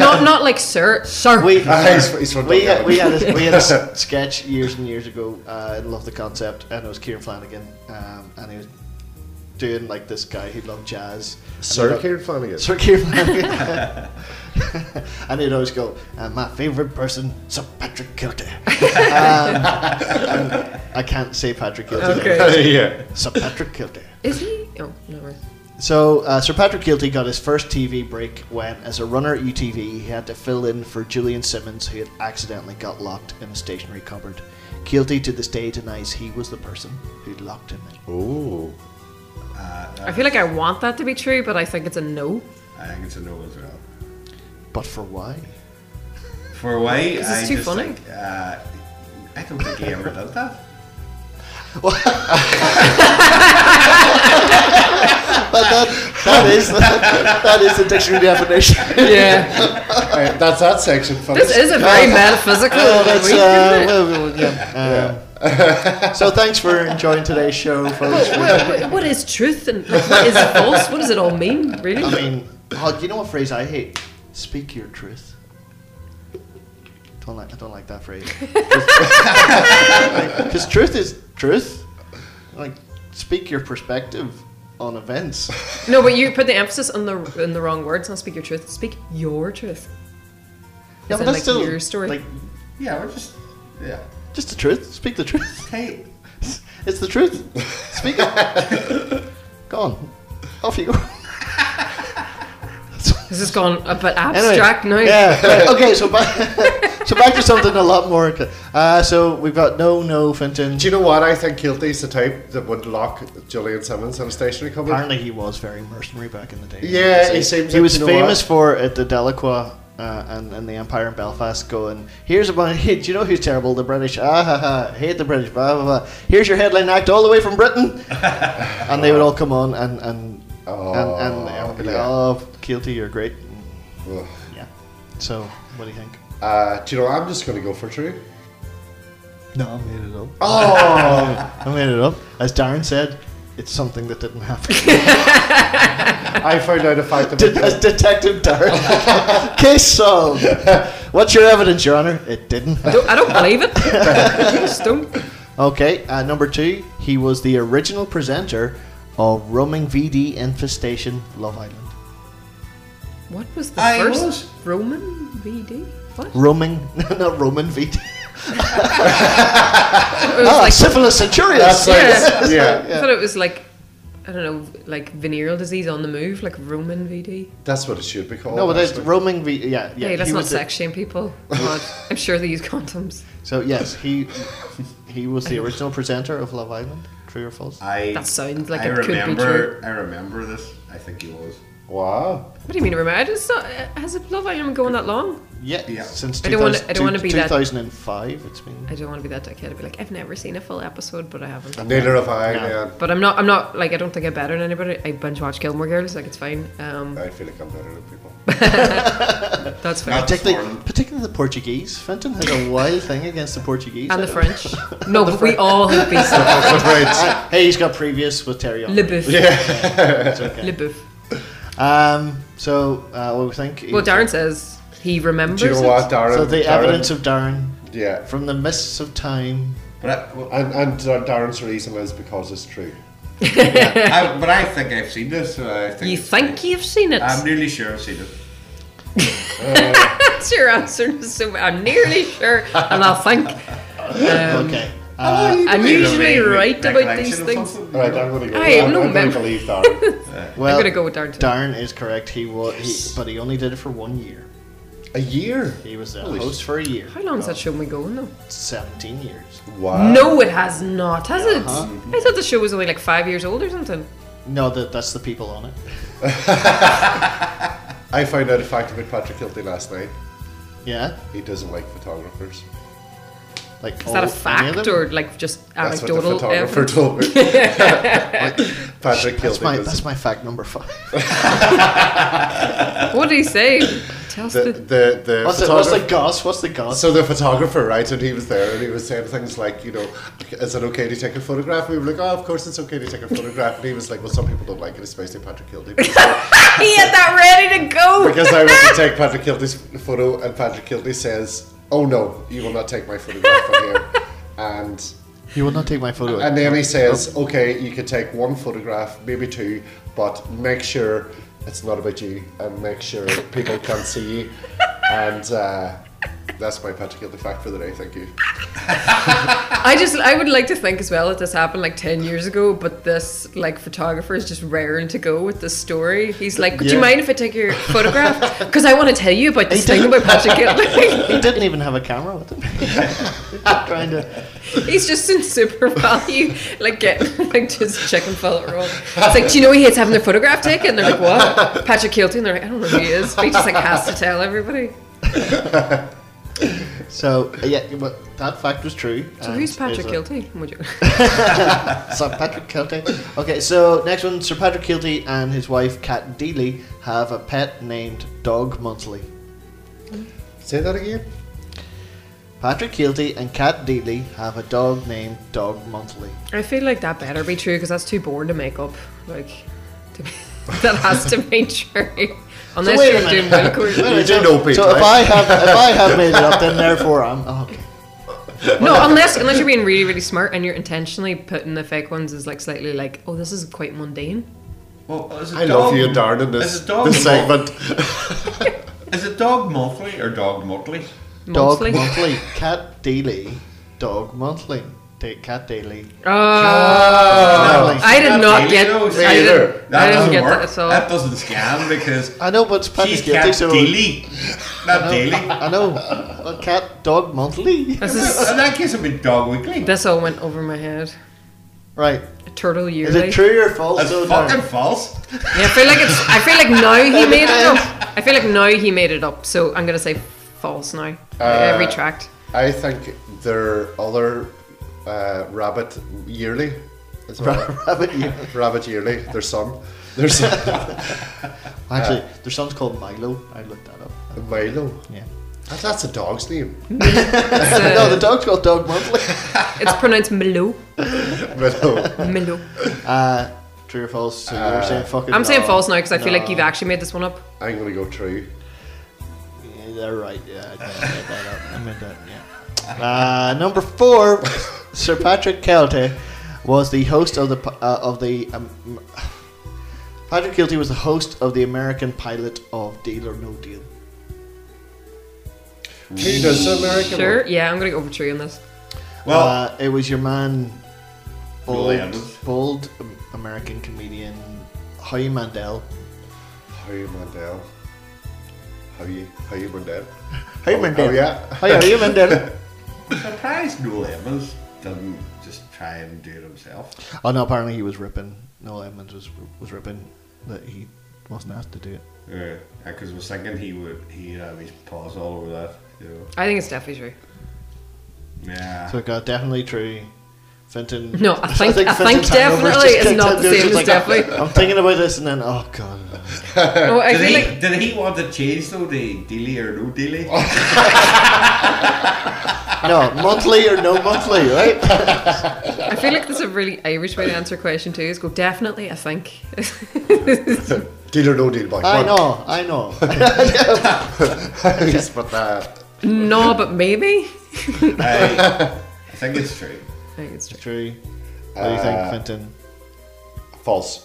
Speaker 5: not not like sir, sir.
Speaker 4: (laughs) We,
Speaker 2: Ah, he's- he's from
Speaker 4: we, had,
Speaker 2: Dungannon.
Speaker 4: we had a, we had a (laughs) s- sketch years and years ago. Uh, I love the concept, and it was Kieran Flanagan, um, and he was doing like this guy who loved jazz. And he'd
Speaker 2: Sir
Speaker 4: al-
Speaker 2: Kieran Flanagan.
Speaker 4: Sir (laughs) Kieran Flanagan. and he'd always go, and my favourite person, Sir Patrick Kilty. (laughs) um, and I can't say Patrick Kilty.
Speaker 5: Okay.
Speaker 2: yeah.
Speaker 4: Sir Patrick Kilty.
Speaker 5: Is he? Oh, never.
Speaker 4: So, uh, Sir Patrick Gilty got his first TV break when, as a runner at UTV, he had to fill in for Julian Simmons, who had accidentally got locked in a stationary cupboard. Gilty to this day denies he was the person who locked him in.
Speaker 2: Oh.
Speaker 5: I feel like I want that to be true, but I think it's
Speaker 4: (laughs)
Speaker 5: a no.
Speaker 3: I think it's a no as well.
Speaker 4: But for why?
Speaker 3: For a while,
Speaker 5: Is this
Speaker 3: I
Speaker 5: too
Speaker 3: just
Speaker 5: funny?
Speaker 3: think, uh, I don't think he ever did that.
Speaker 4: That (laughs) is that is the dictionary definition.
Speaker 5: Yeah.
Speaker 2: Alright, Uh, that's that section. folks.
Speaker 5: (laughs) this is a very
Speaker 4: (laughs)
Speaker 5: metaphysical.
Speaker 4: Oh, that's,
Speaker 5: week,
Speaker 4: uh,
Speaker 5: isn't it?
Speaker 4: well, well, yeah. Um, so, thanks for enjoying today's show, folks.
Speaker 5: Well, well, what is truth and
Speaker 4: (laughs)
Speaker 5: like, what is false? What does it all mean, really?
Speaker 4: I mean, oh, do you know what phrase I hate? Speak your truth. Don't like, I don't like that
Speaker 3: (laughs)
Speaker 4: phrase. Because truth is truth. Like, speak your perspective on events.
Speaker 5: No, but you put the emphasis on the in the wrong words. Not speak your truth. Speak your truth.
Speaker 4: Yeah,
Speaker 5: As in, like, your story.
Speaker 4: Like,
Speaker 3: Yeah, we're just yeah.
Speaker 4: just the truth. Speak the truth.
Speaker 3: Hey,
Speaker 4: (laughs) It's the truth. Speak it.
Speaker 3: (laughs)
Speaker 4: Go on. Off you go.
Speaker 5: This has gone a
Speaker 4: Anyway,
Speaker 5: bit abstract now.
Speaker 4: Yeah. right, (laughs) Okay. So back. (laughs) so back to something a lot more. Uh, so we've got no, no, Fenton.
Speaker 2: Do you know what? I think Kilty's the type that would lock Julian Simmons in a stationary cupboard.
Speaker 4: Apparently, he was very mercenary back in the day.
Speaker 2: Yeah,
Speaker 4: So
Speaker 2: he seems
Speaker 4: he
Speaker 2: like,
Speaker 4: was
Speaker 2: you know
Speaker 4: famous
Speaker 2: what?
Speaker 4: for at the Delacroix uh, and, and the Empire in Belfast going, here's about hey, (laughs) do you know who's terrible? The British. Ah ha ha. Hate the British. Blah blah blah. Here's your headline act all the way
Speaker 2: (laughs)
Speaker 4: from Britain. and they would all come on and and and, and everyone would be like,
Speaker 2: yeah.
Speaker 4: oh, Keelty, you're great.
Speaker 2: Ugh.
Speaker 4: Yeah. So what do you think?
Speaker 2: Uh, do you know? I'm just going to go for true.
Speaker 4: No, I made it up.
Speaker 2: Oh,
Speaker 4: (laughs) I made it up. As Darren said, it's something that didn't happen.
Speaker 2: (laughs) I found out a fact about
Speaker 4: Det- (laughs) as
Speaker 2: that. (laughs)
Speaker 4: Detective Darren. (laughs) Case solved. What's your evidence, Your Honor? It didn't.
Speaker 5: I don't, I don't
Speaker 4: (laughs)
Speaker 5: believe it. I just don't.
Speaker 4: Okay, uh, number two, he was the original presenter of Roaming VD Infestation Love Island.
Speaker 5: What was the
Speaker 3: I
Speaker 5: first
Speaker 3: was-
Speaker 5: Roman VD? What?
Speaker 4: Roaming, not Roman (laughs) VD.
Speaker 5: it was
Speaker 4: Ah,
Speaker 5: like,
Speaker 4: syphilis centurious.
Speaker 2: That's like,
Speaker 5: Yeah.
Speaker 2: yeah.
Speaker 5: I thought it was like I don't know, like venereal disease on the move, like Roman VD.
Speaker 2: that's what it should be called.
Speaker 4: no, but it's
Speaker 2: actually.
Speaker 4: roaming V. Yeah, yeah.
Speaker 5: hey, let's
Speaker 4: he
Speaker 5: not
Speaker 4: was the-
Speaker 5: sex shame people. Come on. I'm sure they use condoms.
Speaker 4: so yes, he
Speaker 5: (laughs)
Speaker 4: he was the original presenter of Love Island. True or false?
Speaker 3: I
Speaker 5: That sounds like
Speaker 3: I
Speaker 5: it could be true.
Speaker 3: remember, I remember this. I think he was.
Speaker 2: wow.
Speaker 5: What do you mean, remember? I just thought, uh, has it Love Island been going that long?
Speaker 4: Yeah,
Speaker 3: Yeah.
Speaker 4: since
Speaker 5: I don't wanna-
Speaker 4: 2000
Speaker 5: I don't wanna be that-
Speaker 4: 2005. It's been.
Speaker 5: I don't want to be that dickhead. I'd be like, I've never seen a full episode, but I haven't.
Speaker 2: Neither have I.
Speaker 4: No.
Speaker 2: Man.
Speaker 5: But I'm not. I'm not like I don't think I'm better than anybody. I binge watch Gilmore Girls, like it's fine. Um,
Speaker 2: I feel like I'm better than people. (laughs)
Speaker 5: that's fine.
Speaker 3: Not-
Speaker 4: Particularly,
Speaker 3: Foreign.
Speaker 4: particularly the Portuguese. Fenton has a wild thing against the Portuguese.
Speaker 5: and
Speaker 4: I (laughs)
Speaker 5: the
Speaker 4: don't-
Speaker 5: French. No, but we all have been so.
Speaker 2: Right.
Speaker 4: Ah, hey, he's got previous with Terry.
Speaker 5: Le
Speaker 4: On.
Speaker 5: Boeuf.
Speaker 4: It's okay.
Speaker 5: Le Boeuf.
Speaker 4: Um. So, uh, what we think?
Speaker 5: Well, Darren says he remembers.
Speaker 2: Do you know what,
Speaker 5: it.
Speaker 2: Darren?
Speaker 4: So the
Speaker 2: Darren-
Speaker 4: evidence of Darren
Speaker 2: yeah,
Speaker 4: from the mists of time.
Speaker 3: But I, well,
Speaker 2: and and Dar- Darren's reason is because it's true.
Speaker 3: I, but I think I've seen this. So I
Speaker 5: (laughs)
Speaker 3: think
Speaker 5: You
Speaker 3: it's
Speaker 5: think
Speaker 3: fine.
Speaker 5: you've seen it?
Speaker 3: I'm nearly sure I've seen it.
Speaker 5: That's your answer. So I'm nearly sure, and I'll think. Um,
Speaker 4: okay. uh,
Speaker 5: I'm
Speaker 3: Maybe
Speaker 5: usually
Speaker 3: a re-
Speaker 5: right about
Speaker 3: recollection
Speaker 5: these
Speaker 3: or
Speaker 5: things.
Speaker 3: something.
Speaker 2: All right, I'm going to go.
Speaker 5: I have
Speaker 2: I'm,
Speaker 5: no
Speaker 2: I'm going
Speaker 5: mem-
Speaker 2: to believe
Speaker 4: (laughs)
Speaker 2: Darren.
Speaker 4: Well,
Speaker 5: I'm gonna go with Darren. Today.
Speaker 4: Darren is correct. He was, he, but he only did it for one year.
Speaker 2: a year.
Speaker 4: He was the
Speaker 2: Holy
Speaker 4: host
Speaker 2: sh-
Speaker 4: for a year.
Speaker 5: How long is that show we going though?
Speaker 4: Seventeen years.
Speaker 2: Wow.
Speaker 5: no, it has not, has it? I thought the show was only like five years old or something.
Speaker 4: No, that that's the people on it.
Speaker 2: I found out a fact about Patrick Kilty last night.
Speaker 4: Yeah,
Speaker 2: He doesn't like photographers.
Speaker 4: like
Speaker 5: Is
Speaker 4: Oh,
Speaker 5: that a
Speaker 4: Any of
Speaker 5: fact
Speaker 4: them?
Speaker 5: or like just
Speaker 2: That's what the
Speaker 5: anecdotal?
Speaker 2: photographer
Speaker 5: evidence?
Speaker 2: told
Speaker 4: (laughs)
Speaker 2: me. (laughs) Patrick Kilty.
Speaker 4: That's my
Speaker 2: was-
Speaker 4: that's my fact number five.
Speaker 5: What do
Speaker 2: (laughs)
Speaker 5: you say? Tell us
Speaker 2: the
Speaker 5: the,
Speaker 2: the the,
Speaker 4: What's, the,
Speaker 2: photographer,
Speaker 4: what's the goss? What's the goss?
Speaker 2: so the photographer right and he was there and he was saying things like you know is it okay to take a photograph and we were like oh of course it's okay to take a photograph and he was like well some people don't like it especially Patrick Kilty
Speaker 5: he had that ready to go.
Speaker 2: Because I went to take Patrick Kilty's photo, and Patrick Kilty says, "Oh no, you will not take my photograph from here." And
Speaker 4: You will not take my photo.
Speaker 2: and then he says, "Okay, you can take one photograph, maybe two, but make sure it's not about you, and make sure people can't see you." And uh, that's my Patrick Kilty fact for the day. Thank you.
Speaker 5: I just I would like to think as well that this happened like ten years ago, but this like photographer is just raring to go with this story. He's like, "Do you
Speaker 4: Yeah.
Speaker 5: mind if I take your
Speaker 4: (laughs)
Speaker 5: photograph? Because I want to tell you about this thing about Patrick Gilbert."
Speaker 4: He didn't even have a camera with him. (laughs) trying to.
Speaker 5: (laughs) He's just in super value, like getting like just chicken fillet roll. It's like, do you know he hates having their photograph taken? They're like, what? Patrick Keelty, and they're like, I don't know who he is. But he just like has to tell everybody.
Speaker 4: So uh, yeah, but that fact was true.
Speaker 5: So
Speaker 4: and
Speaker 5: who's
Speaker 4: is
Speaker 5: Patrick
Speaker 4: a-
Speaker 5: Keelty? Would you-
Speaker 4: Sir Patrick Kilty. Okay, so next one, Sir Patrick Kilty and his wife Kat Deely have a pet named Dog Monthly.
Speaker 2: Say that again.
Speaker 4: Patrick Kilty and Kat Deely have a dog named Dog Monthly.
Speaker 5: I feel like that better be true because that's too boring to make up. Like, to be, (laughs) that has to be true. Unless
Speaker 4: wait a
Speaker 5: you're doing well court.
Speaker 2: You do know people.
Speaker 4: So if
Speaker 2: right?
Speaker 4: I have if I have made it up, then therefore I'm oh, okay.
Speaker 5: No, unless unless you're being really really smart and you're intentionally putting the fake ones as like slightly like, oh, this is quite mundane.
Speaker 3: Well, is it
Speaker 2: I
Speaker 3: dog,
Speaker 2: love you, darling. This,
Speaker 3: is it dog
Speaker 2: this
Speaker 3: mo-
Speaker 2: segment.
Speaker 3: Is it dog monthly or dog monthly?
Speaker 4: Dog
Speaker 5: Mostly.
Speaker 4: Monthly, Cat Deely, Dog Monthly. Take Cat Daily. Ah.
Speaker 5: Uh, I did not
Speaker 3: Daily
Speaker 5: get.
Speaker 3: though, see,
Speaker 5: I
Speaker 2: either.
Speaker 5: didn't,
Speaker 3: That
Speaker 5: I didn't
Speaker 3: doesn't
Speaker 5: get
Speaker 3: work.
Speaker 5: that at all.
Speaker 3: That doesn't scan
Speaker 2: (laughs)
Speaker 3: because
Speaker 4: I know, but it's Patrick
Speaker 3: she's cat
Speaker 4: Kilty. So
Speaker 3: daily,
Speaker 5: (laughs)
Speaker 3: not daily.
Speaker 4: I know, Well, Cat Dog Monthly. (laughs)
Speaker 5: This is
Speaker 3: In that case, it'd be dog
Speaker 5: (laughs)
Speaker 3: weekly.
Speaker 5: this all went over my head.
Speaker 4: Right.
Speaker 5: A turtle
Speaker 4: Is
Speaker 5: yearly.
Speaker 4: it true or false?
Speaker 3: That's
Speaker 4: though, Darren?
Speaker 3: fucking false.
Speaker 5: Yeah, I feel like it's. I feel like now
Speaker 4: (laughs)
Speaker 5: he made it up. I feel like now he made it up. So I'm gonna say false now. I
Speaker 2: Uh,
Speaker 5: retract.
Speaker 2: I think their other uh, rabbit yearly. Is that right?
Speaker 4: (laughs) Rabbit year.
Speaker 2: rabbit yearly. Their son. Their son. (laughs)
Speaker 4: Actually, their son's called Milo. I looked that up.
Speaker 2: Milo.
Speaker 4: Yeah.
Speaker 2: That- That's a dog's
Speaker 4: (laughs)
Speaker 2: name.
Speaker 5: It's,
Speaker 4: (laughs) No,
Speaker 5: uh,
Speaker 4: the dog's called Dog Monthly. (laughs)
Speaker 5: it's pronounced Milo.
Speaker 2: Milo.
Speaker 5: Milo.
Speaker 4: Uh, true or false? So
Speaker 3: Uh,
Speaker 4: you're saying fucking.
Speaker 5: I'm saying
Speaker 4: no.
Speaker 5: false now because I feel like you've
Speaker 4: No.
Speaker 5: actually made this one up.
Speaker 2: I'm gonna go true.
Speaker 4: Yeah, they're right. Yeah, I did make that up. I meant that. Yeah. Uh, number four, (laughs) Sir Patrick Kelty was the host of the pi- uh, of the. Um, m- (sighs) Patrick Kelty was the host of the American pilot of Deal or No Deal.
Speaker 2: He does the American
Speaker 5: Sure.
Speaker 2: one.
Speaker 5: Yeah, I'm gonna go for true on this.
Speaker 3: Well,
Speaker 4: uh, it was your man,
Speaker 3: Bill
Speaker 4: bold,
Speaker 3: Evans.
Speaker 4: bold um, American comedian Howie Mandel.
Speaker 2: Howie Mandel. Howie Howie Mandel.
Speaker 4: Howie
Speaker 2: Oh,
Speaker 4: Mandel.
Speaker 2: oh, yeah.
Speaker 4: Howie, Howie Mandel.
Speaker 3: I'm surprised Noel Evans doesn't just try and do it himself.
Speaker 4: (laughs) Oh no! Apparently he was ripping. Noel Edmonds was was ripping that he wasn't asked to do it.
Speaker 3: Because I was thinking he would he would have his paws all over that. You know.
Speaker 5: I think it's definitely true.
Speaker 3: Yeah.
Speaker 4: So it got definitely true. Fenton.
Speaker 5: (laughs) No, I think- I
Speaker 4: Fenton's
Speaker 5: think
Speaker 4: hangover
Speaker 5: definitely
Speaker 4: just
Speaker 5: is
Speaker 4: kicked
Speaker 5: not
Speaker 4: in.
Speaker 5: the
Speaker 4: It's
Speaker 5: same
Speaker 4: just
Speaker 5: as definitely.
Speaker 4: (laughs) I'm thinking about this and then oh god.
Speaker 5: Oh, I
Speaker 3: did,
Speaker 5: feel
Speaker 3: he,
Speaker 5: like
Speaker 3: did he want to change though the daily or no daily?
Speaker 4: Oh. No, monthly or no monthly,
Speaker 5: (laughs)
Speaker 4: right?
Speaker 5: I feel like there's a really Irish way to answer a question too. Is go definitely. I think.
Speaker 2: (laughs)
Speaker 5: (laughs)
Speaker 2: Deal or no deal, boy.
Speaker 4: I
Speaker 2: Come on.
Speaker 4: know, I know.
Speaker 5: (laughs)
Speaker 2: (laughs) Yes, but uh,
Speaker 5: no, but maybe.
Speaker 3: I, I think it's
Speaker 4: (laughs)
Speaker 3: true. (laughs)
Speaker 5: I think it's true.
Speaker 4: true. What do you think, Fenton?
Speaker 2: false.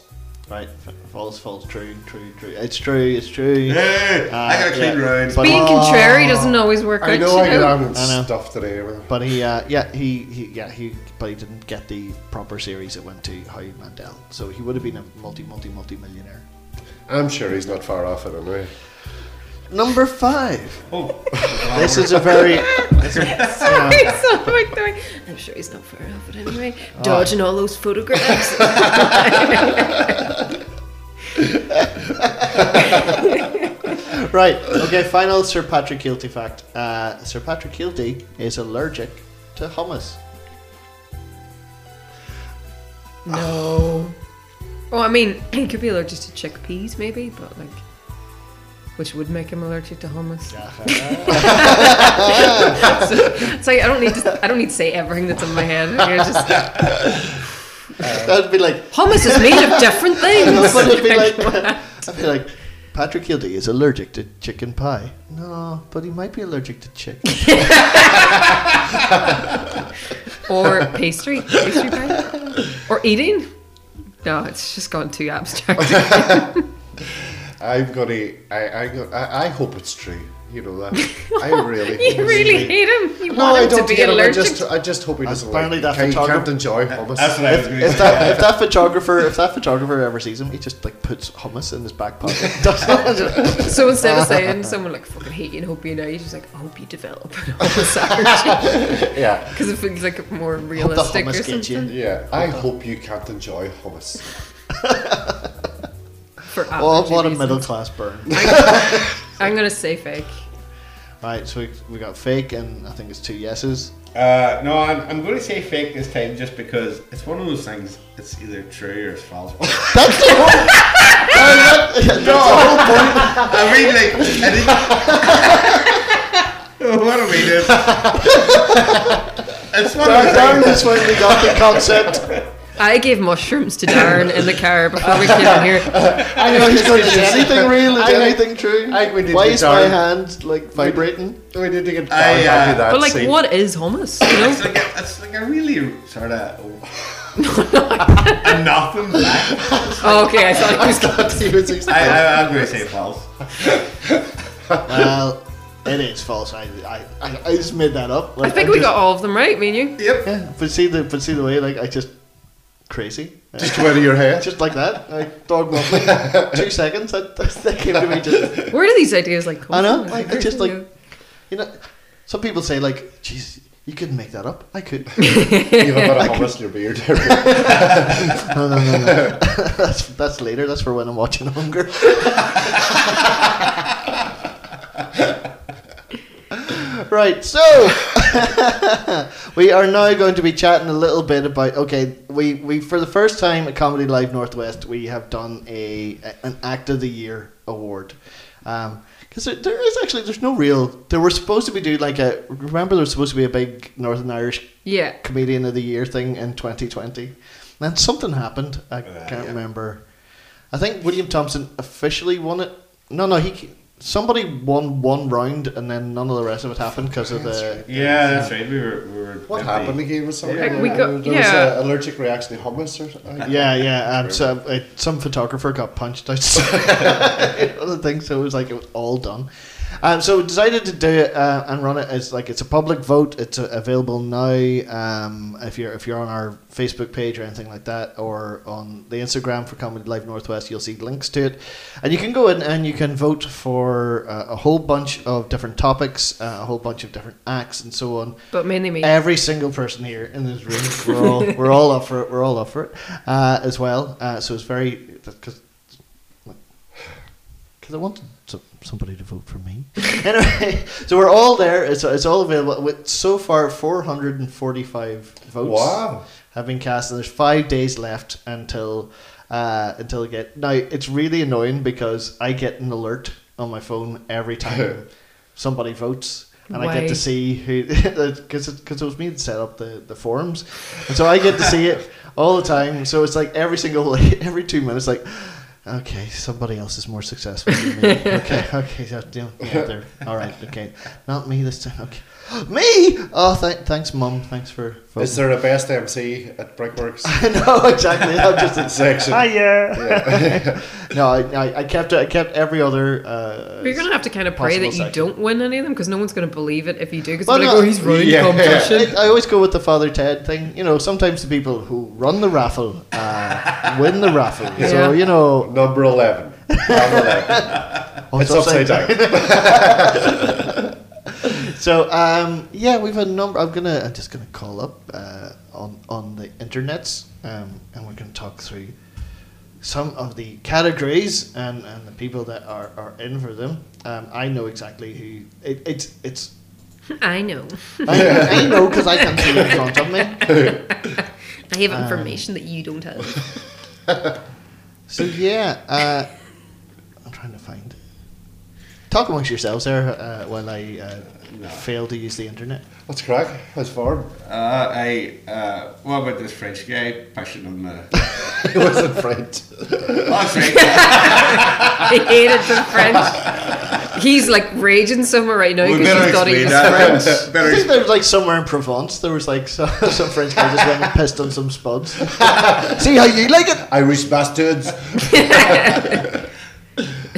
Speaker 4: Right, f- false, false, true, true, true. It's true, it's true.
Speaker 3: Hey, I got a clean
Speaker 4: yeah.
Speaker 3: round.
Speaker 4: But-
Speaker 5: Being contrary doesn't always work out.
Speaker 2: I know
Speaker 5: you
Speaker 2: I get
Speaker 5: know?
Speaker 2: on with
Speaker 4: I know.
Speaker 2: stuff today. man.
Speaker 4: But he, uh, yeah, he, he, yeah, he, but he didn't get the proper series it went to Howie Mandel, so he would have been a multi, multi, multi millionaire.
Speaker 2: I'm sure he's not far off it anyway.
Speaker 4: Number five.
Speaker 3: oh,
Speaker 4: (laughs) This is a very
Speaker 5: (laughs) Sorry, sorry, sorry. I'm sure he's not far off, but anyway, dodging all those photographs. (laughs)
Speaker 4: right. Okay. Final Sir Patrick Hilty fact. Uh, Sir Patrick Hilty is allergic to hummus.
Speaker 5: no. Well, I mean, he could be allergic to chickpeas, maybe, but like, which would make him allergic to hummus. (laughs)
Speaker 2: (laughs)
Speaker 5: so, so I don't need to. I don't need to say everything that's in my head. You're just,
Speaker 4: That'd be like.
Speaker 5: hummus is made of different
Speaker 4: (laughs)
Speaker 5: things.
Speaker 4: I'd be like. I'd be like. Patrick Hildy is allergic to chicken pie. No, but he might be allergic to chicken.
Speaker 5: (laughs) or pastry, pastry pie, or eating. No, it's just gone too abstract.
Speaker 2: I'm gonna. I I, go- I I hope it's true. You know
Speaker 5: (laughs)
Speaker 2: that. I really. hope
Speaker 5: you
Speaker 2: it's
Speaker 5: really
Speaker 2: true.
Speaker 5: hate him. You
Speaker 2: No,
Speaker 5: want
Speaker 2: I
Speaker 5: him
Speaker 2: don't
Speaker 5: to be
Speaker 2: hate him. I
Speaker 5: allergic.
Speaker 2: just, I just hope he doesn't
Speaker 4: Apparently
Speaker 2: like.
Speaker 4: that
Speaker 2: He can't- can't
Speaker 4: photographer-
Speaker 2: enjoy hummus.
Speaker 3: That's what I was going to
Speaker 4: if
Speaker 3: say.
Speaker 4: that if that photographer if that photographer ever sees him, he just like puts hummus in his back pocket. Doesn't-
Speaker 5: So instead of saying someone like fucking hate you and hope you know, you just like I hope you develop an hummus allergy
Speaker 2: (laughs) Yeah,
Speaker 5: because it feels like more
Speaker 4: Hope the
Speaker 5: realistic or
Speaker 4: hummus gets you.
Speaker 5: something
Speaker 2: yeah. I hope you can't enjoy hummus.
Speaker 5: for
Speaker 4: Well,
Speaker 5: allergy
Speaker 4: what a
Speaker 5: reasons.
Speaker 4: middle class burn.
Speaker 5: (laughs) I'm gonna say fake.
Speaker 4: Right, so we, we got fake, and I think it's
Speaker 2: (laughs)
Speaker 4: two yeses.
Speaker 3: Uh, no, I'm, I'm going to say fake this time just because it's one of those things. It's either true or it's false.
Speaker 4: (laughs) That's the
Speaker 3: (laughs)
Speaker 4: whole. Uh, that- no,
Speaker 3: I mean, like, I didn't. (laughs) what do we
Speaker 4: (laughs)
Speaker 3: do? It's one of those
Speaker 4: Darren (laughs)
Speaker 3: things.
Speaker 4: is when we got the
Speaker 2: (laughs)
Speaker 4: concept.
Speaker 5: I gave mushrooms to Darren in the car before we
Speaker 4: (laughs)
Speaker 5: came in here.
Speaker 4: I know he's going to anything real? Is
Speaker 2: I-
Speaker 4: anything true?
Speaker 2: I think we need
Speaker 4: Why
Speaker 2: to
Speaker 4: is
Speaker 2: Darren-
Speaker 4: my hand like
Speaker 2: (laughs)
Speaker 4: vibrating?
Speaker 2: (laughs) We need to get
Speaker 3: I,
Speaker 2: down back
Speaker 3: uh,
Speaker 2: to that
Speaker 5: But like,
Speaker 2: scene.
Speaker 5: what is hummus? You
Speaker 3: It's
Speaker 5: know,
Speaker 3: like a, it's like a really
Speaker 5: (laughs)
Speaker 3: sort of a nothing. Back.
Speaker 5: oh, okay, I thought it was
Speaker 2: He was expecting-
Speaker 3: I, I, I'm going to say false.
Speaker 4: Well, it is false. I, I, I, I just made that up.
Speaker 5: I
Speaker 4: Like,
Speaker 5: think
Speaker 4: I'm
Speaker 5: we
Speaker 4: just-
Speaker 5: got all of them right, me and you.
Speaker 3: Yep.
Speaker 4: Yeah, but see the but see the way like I just crazy.
Speaker 2: Just went in your
Speaker 5: (laughs)
Speaker 2: head.
Speaker 4: (laughs) Just like that, I
Speaker 2: (laughs)
Speaker 4: dog muffling. Two seconds, that, (laughs) that came to me just.
Speaker 5: Where do these ideas like come
Speaker 4: I know,
Speaker 5: from?
Speaker 4: like I
Speaker 5: (laughs)
Speaker 4: just like, you know, some people say like, "Jeez, you couldn't make that up." I could.
Speaker 2: You have a bit of hummus in your beard. (laughs)
Speaker 4: that's that's later. That's for when I'm watching Hunger. right, so (laughs) we are now going to be chatting a little bit about. Okay, we, we for the first time at Comedy Live Northwest, we have done a an Act of the Year award. Um, because there, there is actually there's no real there were supposed to be doing like a remember there was supposed to be a big Northern Irish
Speaker 5: yeah.
Speaker 4: comedian of the year thing in 2020. And then something happened. I can't remember. I think William Thompson officially won it. No, no, he somebody won one round and then none of the rest of it happened because of the.
Speaker 3: Yeah, that's right. We were. We were
Speaker 2: What
Speaker 3: busy.
Speaker 2: happened again with something?
Speaker 5: Like, we
Speaker 2: Uh,
Speaker 5: got-
Speaker 2: there
Speaker 5: yeah.
Speaker 2: was an allergic reaction to hummus or something.
Speaker 4: Yeah, yeah. Um, so uh, some photographer got punched (laughs) outside of the thing, so it was like it was all done. Um, so we decided to do it uh, and run it as like it's a public vote. It's uh, available now. Um, if you're if you're on our Facebook page or anything like that, or on the Instagram for Comedy Live Northwest, you'll see links to it, and you can go in and you can vote for uh, a whole bunch of different topics, uh, a whole bunch of different acts, and so on.
Speaker 5: But mainly me.
Speaker 4: Every single person here in this room, we're all we're all up for it. We're all up for it uh, as well. Uh, so it's very because I want so- somebody to vote for me. anyway, so we're all there. It's it's all available with so far four hundred and forty five votes
Speaker 2: Wow.
Speaker 4: have been cast, and there's five days left until uh, until get. Now it's really annoying because I get an alert on my phone every time somebody votes. And I
Speaker 5: Why?
Speaker 4: get to see who, (laughs) because it, 'cause it was me that set up the, the forums, and so I get to see it all the time. So it's like (laughs) every single every two minutes, like, okay, somebody else is more successful than me. okay, okay, yeah, yeah, yeah, they're- all right, okay, not me this time. Okay, (gasps) me. Oh, th- thanks, mum. Thanks for. voting. (laughs)
Speaker 2: Is there a best MC at (laughs) Brickworks?
Speaker 4: no, exactly.
Speaker 2: (laughs)
Speaker 4: I'm just
Speaker 2: Section.
Speaker 4: no. I, I, I kept I kept every other. Uh,
Speaker 5: You're gonna have to kind of pray
Speaker 4: possible
Speaker 5: that you
Speaker 4: second.
Speaker 5: don't win any of them because no one's gonna believe it if you do. Because
Speaker 4: Well,
Speaker 5: like,
Speaker 4: no,
Speaker 5: oh, he's running
Speaker 2: yeah.
Speaker 5: competition.
Speaker 4: I, I always go with the Father Ted thing. You know, sometimes the people who run the raffle
Speaker 2: (laughs)
Speaker 4: uh, win the raffle.
Speaker 5: Yeah.
Speaker 4: So you know,
Speaker 2: Number 11. Number 11.
Speaker 4: oh,
Speaker 2: It's upside down.
Speaker 4: (laughs) So um, yeah, we've had a number. I'm gonna I'm just gonna call up uh, on on the internets, um, and we're gonna talk through some of the categories and, and the people that are, are in for them. Um, I know exactly who it, it's it's.
Speaker 5: (laughs) I know.
Speaker 2: (laughs)
Speaker 4: I, I know because I can see it in front of me.
Speaker 5: I
Speaker 3: Uh,
Speaker 5: have information that you don't have.
Speaker 4: So yeah, uh, I'm trying to find. Talk amongst yourselves there uh, while I uh, fail to use the internet.
Speaker 2: What's crack? How's farm? (laughs)
Speaker 3: Uh, I uh, what about this French guy pushing on
Speaker 5: (laughs)
Speaker 3: the?
Speaker 2: It wasn't French.
Speaker 3: Oh, sorry.
Speaker 5: He hated the French.
Speaker 3: (laughs)
Speaker 5: He's like raging somewhere right now
Speaker 3: we
Speaker 5: because
Speaker 3: better
Speaker 5: he thought he
Speaker 3: explain
Speaker 5: was
Speaker 3: that.
Speaker 5: French.
Speaker 3: (laughs) better
Speaker 4: I think
Speaker 3: explain.
Speaker 4: there was like somewhere in Provence, there was like some, (laughs) some French guy just went and pissed on some spuds. (laughs) See how you like it?
Speaker 2: Irish bastards.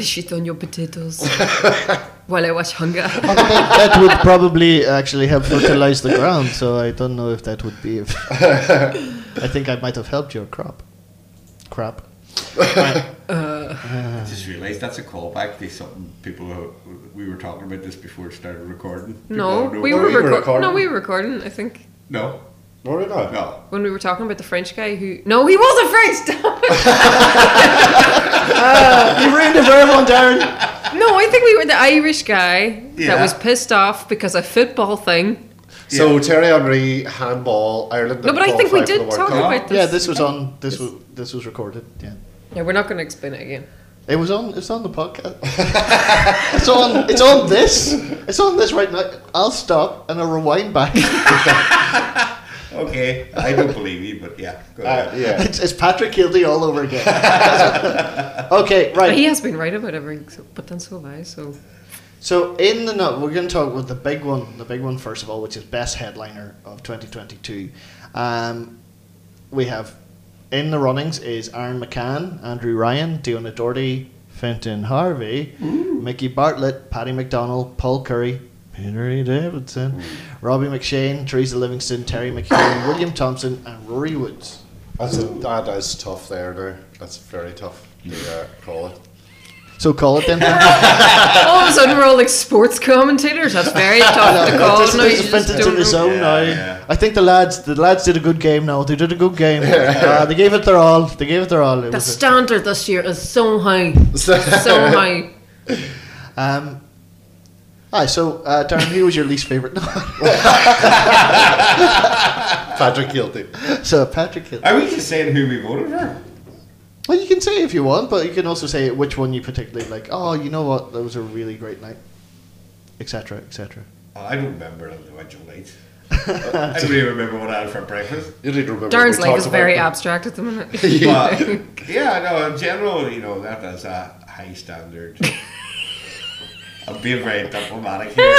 Speaker 5: Shit on your
Speaker 3: (laughs)
Speaker 5: potatoes while I watch Hunger.
Speaker 4: That, that would probably actually help fertilize the ground, so I don't know if that would be. (laughs) If I think I might have helped your crop. Crap.
Speaker 3: I just realised that's a callback to something people who, we were talking about this before it started recording. People
Speaker 5: (laughs) No,
Speaker 3: don't know
Speaker 5: we
Speaker 3: what
Speaker 5: were,
Speaker 2: we were
Speaker 5: reco-
Speaker 2: recording.
Speaker 5: No, we were recording. I think
Speaker 3: No,
Speaker 2: Were we not?
Speaker 3: no.
Speaker 5: when we were talking about the French guy who. No, he wasn't French. (laughs) Damn it.
Speaker 4: You ruined it for everyone, Darren.
Speaker 5: no, I think we were the Irish guy that
Speaker 3: Yeah.
Speaker 5: was pissed off because a football thing.
Speaker 2: So Terry Henry handball Ireland.
Speaker 5: No, but I think we did talk
Speaker 3: Cup.
Speaker 5: about this.
Speaker 4: Yeah, this was on. This was this was recorded. Yeah.
Speaker 5: Yeah, we're not going to explain it again.
Speaker 4: It was on. It's on the podcast. (laughs) it's on. It's on this. It's on this right now. I'll stop and I'll rewind back.
Speaker 3: Okay, I don't believe you, but yeah, go
Speaker 2: Uh,
Speaker 3: ahead.
Speaker 2: yeah.
Speaker 4: (laughs) It's, it's Patrick Hildy all over again. (laughs) okay,
Speaker 5: But he
Speaker 4: right.
Speaker 5: has been right about everything, so, but then so have I. So
Speaker 4: So in the note, we're going to talk about the big one. The big one first of all, which is best headliner of 2022. Um, we have in the runnings is Aaron McCann, Andrew Ryan, Diona Doherty, Fenton Harvey, Mickey Bartlett, Paddy McDonald, Paul Curry, Peter E. Davidson, Robbie McShane, Teresa Livingston, Terry McHugh, William Thompson, and Rory Woods.
Speaker 2: That's a, that is tough there now. That's very tough to uh, call it.
Speaker 4: So call it then.
Speaker 5: all of a sudden we're all like sports commentators. That's very tough to
Speaker 4: It
Speaker 5: call.
Speaker 4: (laughs) just-
Speaker 5: No,
Speaker 4: it's
Speaker 5: you just
Speaker 4: offensive to
Speaker 5: don't
Speaker 4: the
Speaker 5: know.
Speaker 4: zone
Speaker 3: Yeah,
Speaker 4: now.
Speaker 3: yeah.
Speaker 4: I think the lads, the lads did a good game. Now they did a good
Speaker 3: (laughs)
Speaker 4: game. uh, they gave it their all. They gave it their all. It
Speaker 5: The
Speaker 4: was
Speaker 5: standard this year is so high, so high.
Speaker 4: a, um, aye, so uh, Darren, who was your least favorite? (laughs) No,
Speaker 2: Patrick guilty.
Speaker 4: so Patrick Hill.
Speaker 3: Are we just saying who we voted for?
Speaker 4: Well, you can say if you want, but you can also say which one you particularly like. Oh, you know what? That was a really great night, etc., etc.
Speaker 3: Oh, I don't remember the
Speaker 2: (laughs)
Speaker 3: individual nights. I don't even remember what I had for breakfast.
Speaker 2: You need to remember.
Speaker 5: Darren's
Speaker 2: we
Speaker 5: life
Speaker 2: talked
Speaker 5: is
Speaker 2: about (laughs)
Speaker 5: very
Speaker 2: it.
Speaker 5: abstract at the minute.
Speaker 3: But yeah, no, in general, you know, that is a
Speaker 2: (laughs)
Speaker 3: high standard. I'm being very
Speaker 2: (laughs)
Speaker 3: diplomatic here.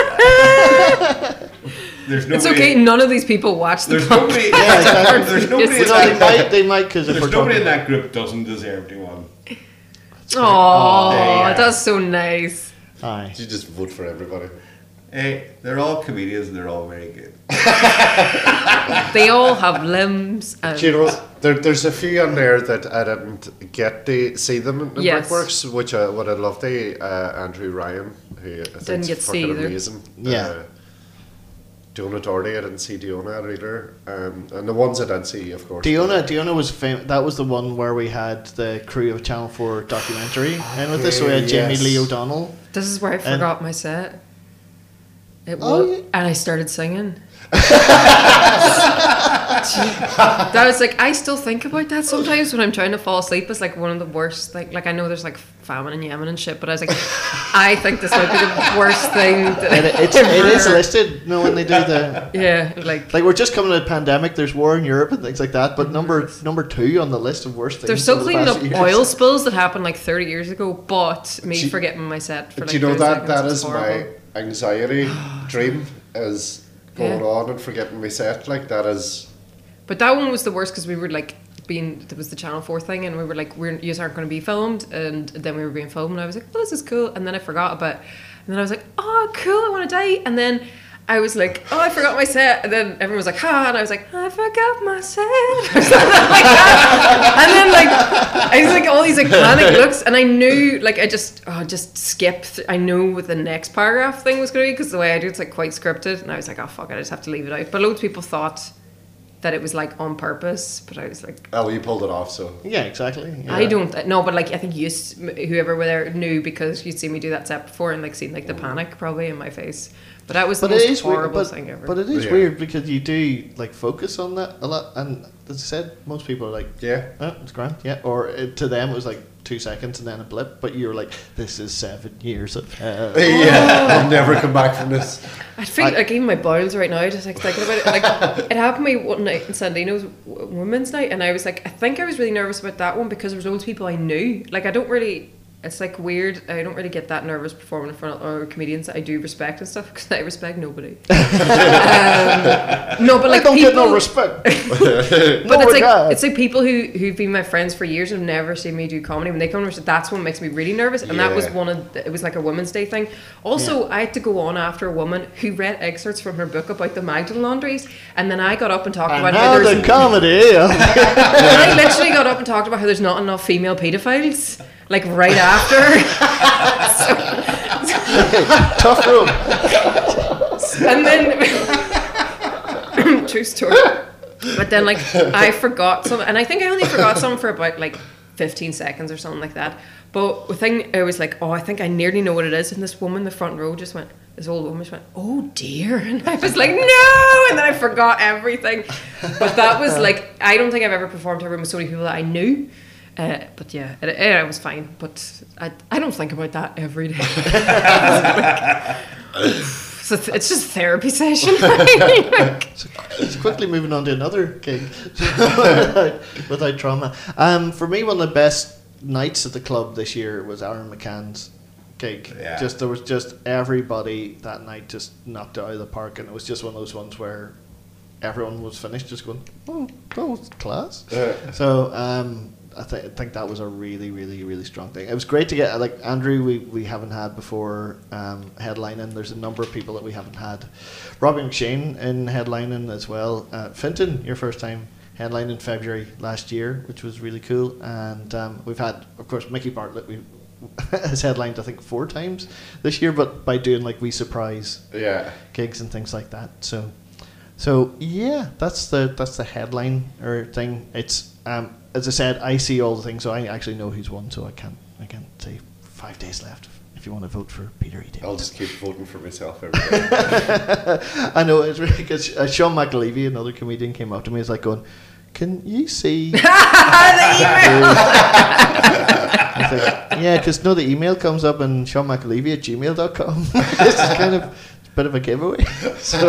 Speaker 3: there's
Speaker 5: It's
Speaker 3: nobody,
Speaker 5: okay. None of these people watch the (laughs)
Speaker 3: There's
Speaker 5: podcast.
Speaker 3: nobody.
Speaker 4: Yeah, exactly.
Speaker 3: There's nobody. in
Speaker 4: No, they
Speaker 3: that,
Speaker 4: might, they might, because if we're
Speaker 3: there's nobody
Speaker 4: talking,
Speaker 3: in that group doesn't deserve to win.
Speaker 5: Oh,
Speaker 3: yeah.
Speaker 5: that's so nice.
Speaker 4: aye,
Speaker 2: You just vote for everybody.
Speaker 3: Hey, Eh, they're all comedians. and They're all very good.
Speaker 5: They all have limbs. And
Speaker 2: Do you know, there, there's a few on there that I didn't get to see them in
Speaker 5: Yes.
Speaker 2: Brickworks, which I would have loved to. Uh, Andrew Ryan, who I think
Speaker 5: get to
Speaker 2: is
Speaker 5: see
Speaker 2: fucking
Speaker 5: either.
Speaker 2: amazing.
Speaker 4: Yeah.
Speaker 2: Uh, Dona Doherty, I didn't see Diona either. Um, and the ones I didn't see, of course.
Speaker 4: Diona, Diona was fam- that was the one were where we had the crew of Channel Four documentary, and with this we had Jamie
Speaker 2: yes.
Speaker 4: Lee O'Donnell.
Speaker 5: this is where I forgot my set. It
Speaker 4: Oh,
Speaker 5: was,
Speaker 4: yeah.
Speaker 5: and I started singing. that was like I still think about that sometimes when I'm trying to fall asleep. It's like one of the worst. Like like I know there's like famine in Yemen and shit, but I was like, I think this might be the worst thing. That
Speaker 4: It, it's,
Speaker 5: (laughs)
Speaker 4: it is listed. No, when they do the
Speaker 5: Yeah, like
Speaker 4: like, we're just coming out of pandemic. There's war in Europe and things like that. But number number two on the list of worst things.
Speaker 5: They're still
Speaker 4: of the
Speaker 5: cleaning
Speaker 4: past
Speaker 5: up
Speaker 4: years.
Speaker 5: oil spills that happened like 30 years ago, but me
Speaker 2: Do you-
Speaker 5: forgetting my set for like
Speaker 2: Do you know
Speaker 5: 30
Speaker 2: that
Speaker 5: seconds
Speaker 2: that
Speaker 5: was
Speaker 2: is
Speaker 5: horrible.
Speaker 2: my
Speaker 5: (gasps)
Speaker 2: anxiety dream is going
Speaker 5: Yeah.
Speaker 2: on and forgetting my set like that is
Speaker 5: But that one was the worst because we were like being there was the Channel Four thing, and we were like, "We're you aren't going to be filmed," and then we were being filmed, and I was like, "Well, this is cool," and then I forgot about, it. and then I was like, "Oh, cool, I want to die," and then. I was like, oh, I forgot my set, and then everyone was like, ha, and I was like, I forgot my set, (laughs) or something like that. and then like, I was like all these like panic looks, and I knew like I just, oh, just skip. Th- I knew what the next paragraph thing was going to be because the way I do it's like quite scripted, and I was like, oh fuck, it, I just have to leave it out. But loads of people thought that it was like on purpose, but I was like,
Speaker 2: oh you pulled it off so
Speaker 4: Yeah, exactly. yeah.
Speaker 5: I don't no, but like I think you, s- whoever were there knew because you'd seen me do that set before and like seen like the panic probably in my face. But that was the
Speaker 4: Mm. But
Speaker 5: most
Speaker 4: it is weird.
Speaker 5: horrible
Speaker 4: But,
Speaker 5: thing ever.
Speaker 4: but it is
Speaker 2: Yeah.
Speaker 4: weird because you do like focus on that a lot, and as I said, most people are like,
Speaker 2: yeah
Speaker 5: (laughs)
Speaker 2: (laughs)
Speaker 4: oh, it's grand, yeah. Or uh, to them, it was like, two seconds and then a blip, but you were like, "This is seven years of hell."
Speaker 2: yeah,
Speaker 5: Oh.
Speaker 2: I'll never come back from this.
Speaker 5: I feel
Speaker 4: I-
Speaker 5: like even my bowels right now, just like thinking about
Speaker 4: (laughs)
Speaker 5: it. Like it happened to me one night in Sandino's w- women's night, and I was like, I think I was really nervous about that one because there was loads of people I knew. Like I don't really, it's like weird. I don't really get that nervous performing in front of other comedians that I do respect and stuff because I
Speaker 4: (laughs)
Speaker 5: respect nobody. um, no, but
Speaker 4: I
Speaker 5: like
Speaker 4: don't
Speaker 5: people,
Speaker 4: get no
Speaker 5: (laughs)
Speaker 4: respect.
Speaker 5: But
Speaker 4: No
Speaker 5: it's like
Speaker 4: regard.
Speaker 5: it's like people who who've been my friends for years and have never seen me do comedy. When they come, over, that's what makes me really nervous. And that was
Speaker 2: Yeah.
Speaker 5: one of the, it was like a Women's Day thing. Also, I had to go on after a woman who read excerpts from her book about the Magdalen laundries, and then I got up and talked
Speaker 4: And
Speaker 5: about
Speaker 4: now
Speaker 5: how
Speaker 4: the
Speaker 5: there's.
Speaker 4: comedy.
Speaker 5: (laughs) I literally got up and talked about how there's not enough female paedophiles. Like right after, (laughs)
Speaker 4: Tough room.
Speaker 5: and then (laughs) true story. But then like I forgot some, and I think I only forgot some for about like 15 seconds or something like that. But the thing I was like, oh, I think I nearly know what it is, and this woman in the front row just went. This old woman just went, oh dear, (laughs) and I was like, no, and then I forgot everything. But that was like, I don't think I've ever performed to a room with so many people that I knew. Uh, but yeah, it, it was fine. But I, I don't think about that every day. (laughs) so th- it's just therapy session. (laughs)
Speaker 4: Just quickly moving on to another gig (laughs) without, without trauma. Um, for me, one of the best nights at the club this year was Aaron McCann's gig.
Speaker 3: Yeah.
Speaker 4: Just there was just everybody that night just knocked it out of the park, and it was just one of those ones where everyone was finished just going, "Oh, that was class."
Speaker 2: Yeah.
Speaker 4: So um, I, th- I think that was a really, really, really strong thing. It was great to get like Andrew. We, we haven't had before um, headlining. There's a number of people that we haven't had. Robbie McShane in headlining as well. Uh, Finton, your first time headlining in February last year, which was really cool. And um, we've had, of course, Mickey Bartlett. We (laughs) has headlined I think four times this year, but by doing like we surprise
Speaker 2: Yeah.
Speaker 4: gigs and things like that. So, so yeah, that's the that's the headline or thing. It's um, as I said, I see all the things, so I actually know who's won. So I can't I can't say five days left. If you want to vote for Peter E.
Speaker 2: I'll
Speaker 4: Davidson.
Speaker 2: just keep voting for myself every day.
Speaker 4: (laughs) I know it's really because uh, Sean McAlevey, another comedian, came up to me. He's like going, "Can you see?" (laughs) It's like, yeah, because no, the email comes up and Sean McAlevey at gmail.com. (laughs) it's kind of it's a bit of a giveaway. (laughs) so,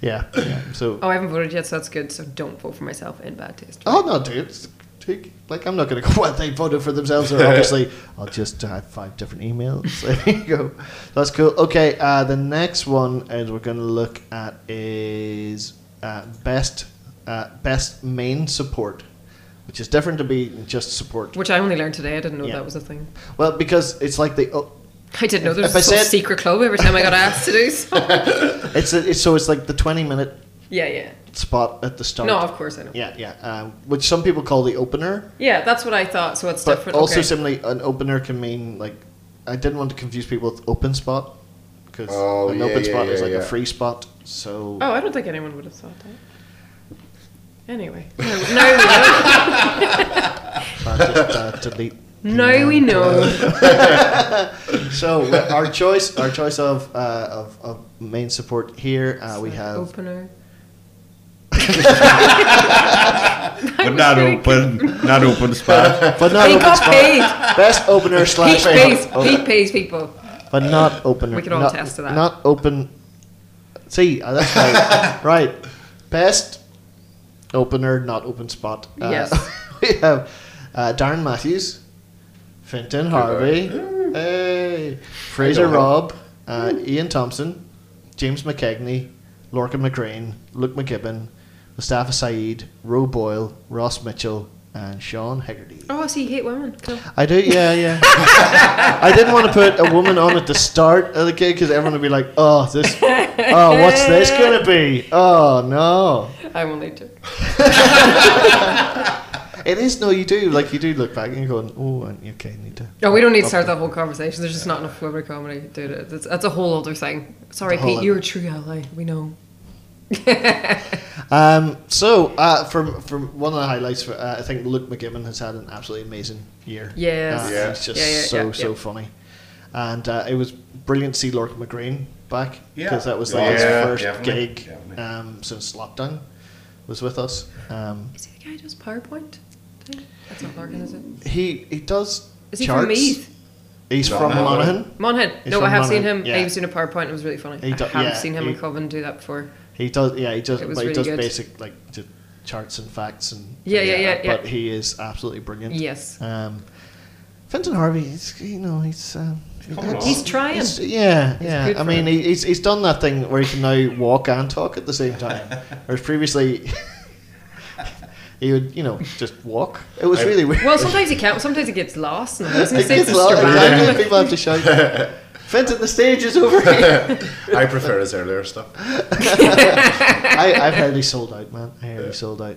Speaker 4: yeah, yeah. So
Speaker 5: Oh, I haven't voted yet, so that's good. So don't vote for myself in bad taste.
Speaker 4: Oh no, dude. It's- take- Like I'm not gonna (laughs) go. Well, they voted for themselves, or obviously, I'll just have five different emails. (laughs) There you go. That's cool. Okay, uh, the next one is we're gonna look at is uh, best uh, best main support, which is different to be just support.
Speaker 5: Which I only learned today. I didn't know
Speaker 4: Yeah.
Speaker 5: that was a thing.
Speaker 4: Well, because it's like the oh,
Speaker 5: I didn't know there was
Speaker 4: If I
Speaker 5: a sort of
Speaker 4: said-
Speaker 5: secret club every time I got asked
Speaker 4: (laughs)
Speaker 5: to do so.
Speaker 4: it's, a, it's so it's like the 20 minute
Speaker 5: Yeah, yeah.
Speaker 4: spot at the start.
Speaker 5: No, of course I know. Yeah,
Speaker 4: Yeah, yeah. Um, which some people call the opener.
Speaker 5: that's what I thought. So it's
Speaker 4: But
Speaker 5: different.
Speaker 4: also
Speaker 5: okay.
Speaker 4: similarly, an opener can mean like I didn't want to confuse people with open spot because
Speaker 2: Oh,
Speaker 4: an
Speaker 2: yeah,
Speaker 4: open
Speaker 2: yeah,
Speaker 4: spot is
Speaker 2: yeah,
Speaker 4: like a
Speaker 2: yeah.
Speaker 4: free spot.
Speaker 2: (laughs)
Speaker 4: So
Speaker 5: oh, I don't think anyone would have thought that.
Speaker 4: (laughs)
Speaker 5: Anyway, no, no,
Speaker 4: I'll just, uh, delete.
Speaker 5: we know. Now we know.
Speaker 4: So uh, our choice, our choice of uh, of, of main support here, uh, we have (laughs)
Speaker 5: opener. (laughs)
Speaker 3: But not open, not
Speaker 2: (laughs)
Speaker 3: open spot.
Speaker 4: but not
Speaker 5: He
Speaker 4: open
Speaker 5: got
Speaker 4: spot,
Speaker 5: paid.
Speaker 4: best opener
Speaker 5: He
Speaker 4: slash (laughs)
Speaker 5: pays.
Speaker 4: Oh,
Speaker 5: He pays people.
Speaker 4: but not opener.
Speaker 5: Uh, We can all
Speaker 4: not,
Speaker 5: attest to that.
Speaker 4: Not open. See, uh, that's right.
Speaker 5: (laughs)
Speaker 4: right, best opener, not open spot. Uh,
Speaker 5: Yes.
Speaker 4: (laughs) we have uh, Darren Matthews, Fenton Harvey, hey, Fraser
Speaker 2: Hey, Darren.
Speaker 4: Robb, uh, Ian Thompson, James McKegney, Lorcan McGrain, Luke McKibben, Mustafa Saeed, Roe Boyle, Ross Mitchell, and Sean Hegarty.
Speaker 5: Oh, so you hate women? No.
Speaker 4: I do, yeah, yeah. I didn't want to put a woman on at the start of the gig because everyone would be like, "Oh, this, oh, what's this gonna be? Oh no."
Speaker 5: I'm only joking.
Speaker 4: It is no, you do like you do look back and you're going, "Oh, and- okay, I need to."
Speaker 5: No, we don't need to start that whole conversation. There's just not enough women in comedy, dude. That's, that's a whole other thing. Sorry,
Speaker 4: It's a whole
Speaker 5: Pete,
Speaker 4: other-
Speaker 5: you're a true ally.
Speaker 4: (laughs)
Speaker 5: We know.
Speaker 4: Um, so uh, from from one of the highlights, for, uh, I think Luke McGibbon has had an absolutely amazing year.
Speaker 5: Yes.
Speaker 4: Uh,
Speaker 2: Yeah.
Speaker 4: he's just
Speaker 5: Yeah, yeah,
Speaker 4: so
Speaker 5: yeah,
Speaker 4: so
Speaker 5: yeah.
Speaker 4: funny, and uh, it was brilliant to see Lorcan McGreen back
Speaker 3: Yeah.
Speaker 4: because that was
Speaker 3: Yeah,
Speaker 4: his first
Speaker 3: definitely,
Speaker 4: gig
Speaker 3: definitely.
Speaker 4: um, since lockdown was with us. Um,
Speaker 5: Is he the guy who does PowerPoint? That's not Larkin, is it?
Speaker 4: He he does.
Speaker 5: Is he
Speaker 4: charts.
Speaker 5: from Meath?
Speaker 4: He's from
Speaker 2: No.
Speaker 4: Monaghan.
Speaker 5: Monaghan.
Speaker 4: He's
Speaker 5: no,
Speaker 4: from
Speaker 5: I have seen
Speaker 4: Monaghan,
Speaker 5: him.
Speaker 4: yeah.
Speaker 5: He was doing a PowerPoint. It was really funny.
Speaker 4: He do-
Speaker 5: I haven't
Speaker 4: yeah,
Speaker 5: seen him
Speaker 4: he-
Speaker 5: in Coven do that before.
Speaker 4: He does. Yeah, he does.
Speaker 5: It was
Speaker 4: But he
Speaker 5: really
Speaker 4: does
Speaker 5: good.
Speaker 4: basic like j- charts and facts and. things
Speaker 5: Yeah, yeah,
Speaker 4: like
Speaker 5: yeah,
Speaker 4: that,
Speaker 5: yeah.
Speaker 4: But he is absolutely brilliant.
Speaker 5: Yes.
Speaker 4: Um, Fenton Harvey, he's, you know, he's. Um,
Speaker 3: Coming
Speaker 5: He's
Speaker 3: on.
Speaker 5: trying.
Speaker 4: He's- yeah, yeah.
Speaker 5: good
Speaker 4: I
Speaker 5: for
Speaker 4: mean,
Speaker 5: him.
Speaker 4: he- he's, he's done that thing where he can now walk and talk at the
Speaker 2: (laughs)
Speaker 4: same time. Whereas previously, (laughs) he would, you know, just walk. It was really weird. (laughs)
Speaker 5: well, sometimes he can't. Sometimes he gets lost. And
Speaker 4: It
Speaker 5: it's
Speaker 4: gets loud, exactly. People have to shout.
Speaker 2: (laughs)
Speaker 4: Fenton, the stage is over here.
Speaker 5: (laughs)
Speaker 2: I prefer his earlier stuff. (laughs)
Speaker 4: I, I've heard he sold out, man. I heard he sold out.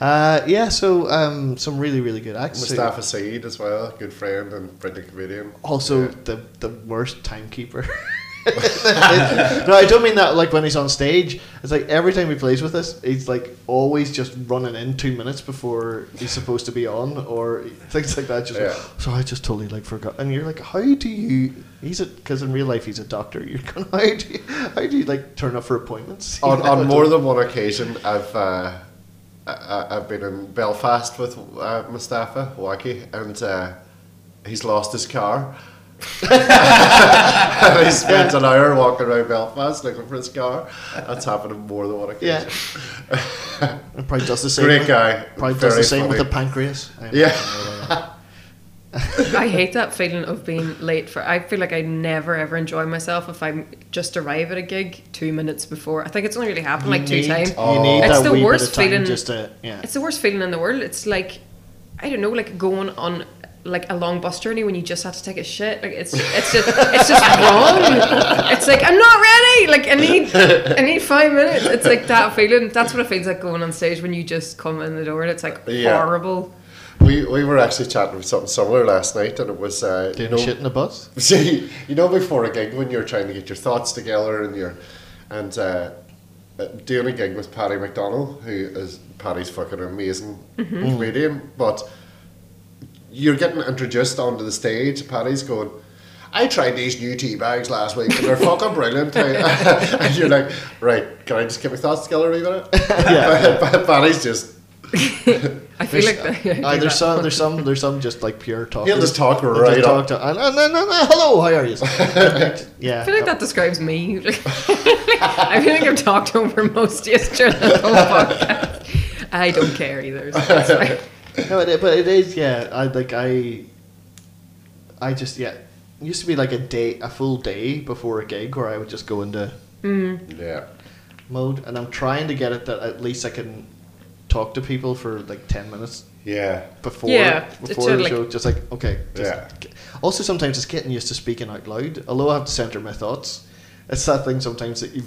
Speaker 4: Uh, yeah, so um, some really, really good acts. So-
Speaker 2: Mustafa Saeed as well, good friend and friendly comedian.
Speaker 4: also the the worst timekeeper. (laughs) no, I don't mean that like when he's on stage. It's like every time he plays with us, he's like always just running in two minutes before he's supposed to be on or things like that. Just like,
Speaker 2: Yeah.
Speaker 4: so I just totally like forgot, and you're like, how do you? He's a because in real life he's a doctor. (laughs) You're going, how do you, how do you like turn up for appointments
Speaker 2: on, on more than one occasion, I've uh, I- I, I've been in Belfast with uh, Mustafa Waki, and uh, he's lost his car. (laughs) and he spent an hour walking around Belfast looking for his car. That's happened on more than one
Speaker 4: Yeah.
Speaker 2: occasion.
Speaker 4: And probably does the same.
Speaker 2: Great
Speaker 4: with-
Speaker 2: guy.
Speaker 4: Probably does
Speaker 2: Very
Speaker 4: the same with
Speaker 2: funny.
Speaker 4: the pancreas. I know.
Speaker 2: Yeah.
Speaker 5: I hate that feeling of being late for. I feel like I never ever enjoy myself if I just arrive at a gig two minutes before. I think it's only really happened like two
Speaker 4: you need,
Speaker 5: times.
Speaker 4: You need
Speaker 5: It's
Speaker 4: that
Speaker 5: the
Speaker 4: wee
Speaker 5: worst
Speaker 4: bit of time
Speaker 5: feeling.
Speaker 4: just to yeah.
Speaker 5: It's the worst feeling in the world. It's like, I don't know, like going on like a long bus journey when you just have to take a shit. Like it's it's just it's just wrong. It's like I'm not ready. Like I need I need five minutes. It's like that feeling. That's what it feels like going on stage when you just come in the door and it's like
Speaker 2: Yeah.
Speaker 5: horrible.
Speaker 2: We, we were actually chatting with something similar last night, and it was uh, you
Speaker 4: Doing
Speaker 2: know,
Speaker 4: shit in the bus.
Speaker 2: (laughs) See, you know, before a gig, when you're trying to get your thoughts together and you're and uh, uh, doing a gig with Paddy McDonald, who is Paddy's fucking amazing Mm. comedian, but you're getting introduced onto the stage. Paddy's going. I tried these new tea bags last week and they're fucking (laughs) brilliant. and you're like, right, can I just get my thoughts together a wee bit? (laughs) Yeah. Paddy's just,
Speaker 5: I feel
Speaker 4: There's-
Speaker 5: like (laughs) that.
Speaker 4: Aye, there's some, there's some, there's some just like pure talk.
Speaker 2: he'll just talk
Speaker 4: They'll
Speaker 2: right
Speaker 4: just
Speaker 2: up.
Speaker 4: talk to, "Ah, and, and, and, and, hello, how are
Speaker 2: (laughs)
Speaker 4: you? yeah,
Speaker 5: I feel like that describes me. (laughs) I feel like I've talked over most yesterday the whole podcast. I don't care either. So that's fine.
Speaker 4: no, it, but it is. Yeah, I like I, I just yeah, it used to be like a day, a full day before a gig where I would just go into
Speaker 2: yeah.
Speaker 4: mode, and I'm trying to get it that at least I can talk to people for like ten minutes
Speaker 2: Yeah.
Speaker 4: before
Speaker 5: Yeah,
Speaker 4: before
Speaker 5: to,
Speaker 4: the
Speaker 5: like-
Speaker 4: show. Just like okay, just
Speaker 2: Yeah.
Speaker 4: get- Also, sometimes it's getting used to speaking out loud. Although I have to center my thoughts, it's that thing sometimes that you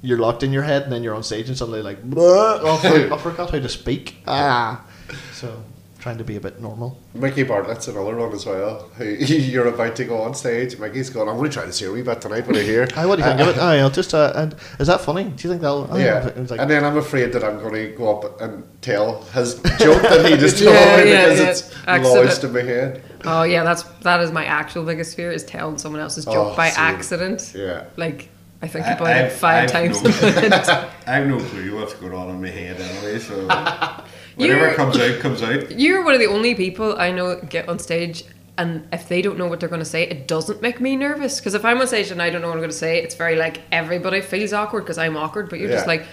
Speaker 4: you're locked in your head and then you're on stage and suddenly like, "Bleh, oh, I for- I forgot how to speak. Ah, so trying to be a bit normal.
Speaker 2: Mickey Bartlett's another one as well. Who (laughs) you're about to go on stage. Mickey's going, I'm going to try this here a wee bit tonight when I
Speaker 5: (laughs)
Speaker 2: hear.
Speaker 4: Hi, what do you think of it? Aye, I'll just uh, and is that funny? Do you think that'll? I
Speaker 2: Yeah.
Speaker 4: it's like,
Speaker 2: and then I'm afraid that I'm going to go up and tell his joke that
Speaker 5: (laughs)
Speaker 2: he just told
Speaker 5: Yeah,
Speaker 2: me
Speaker 5: yeah,
Speaker 2: because
Speaker 5: yeah.
Speaker 2: it's
Speaker 5: Accident.
Speaker 2: lodged in my head.
Speaker 5: Oh yeah, that's that is my actual biggest fear is telling someone else's
Speaker 2: Oh,
Speaker 5: joke by
Speaker 2: same.
Speaker 5: accident.
Speaker 2: Yeah.
Speaker 5: Like I think
Speaker 3: I-
Speaker 5: about it
Speaker 3: I've-
Speaker 5: 5
Speaker 3: I've
Speaker 5: times
Speaker 3: noticed.
Speaker 5: a minute.
Speaker 3: (laughs) I have no clue what's going on in my head
Speaker 5: (laughs)
Speaker 3: anyway, so whatever
Speaker 5: You-
Speaker 3: comes out, comes out.
Speaker 5: You're one of the only people I know get on stage and if they don't know what they're going to say, it doesn't make me nervous. Because if I'm on stage and I don't know what I'm going to say, it's very like everybody feels awkward because I'm awkward. But you're just
Speaker 2: Yeah.
Speaker 5: like,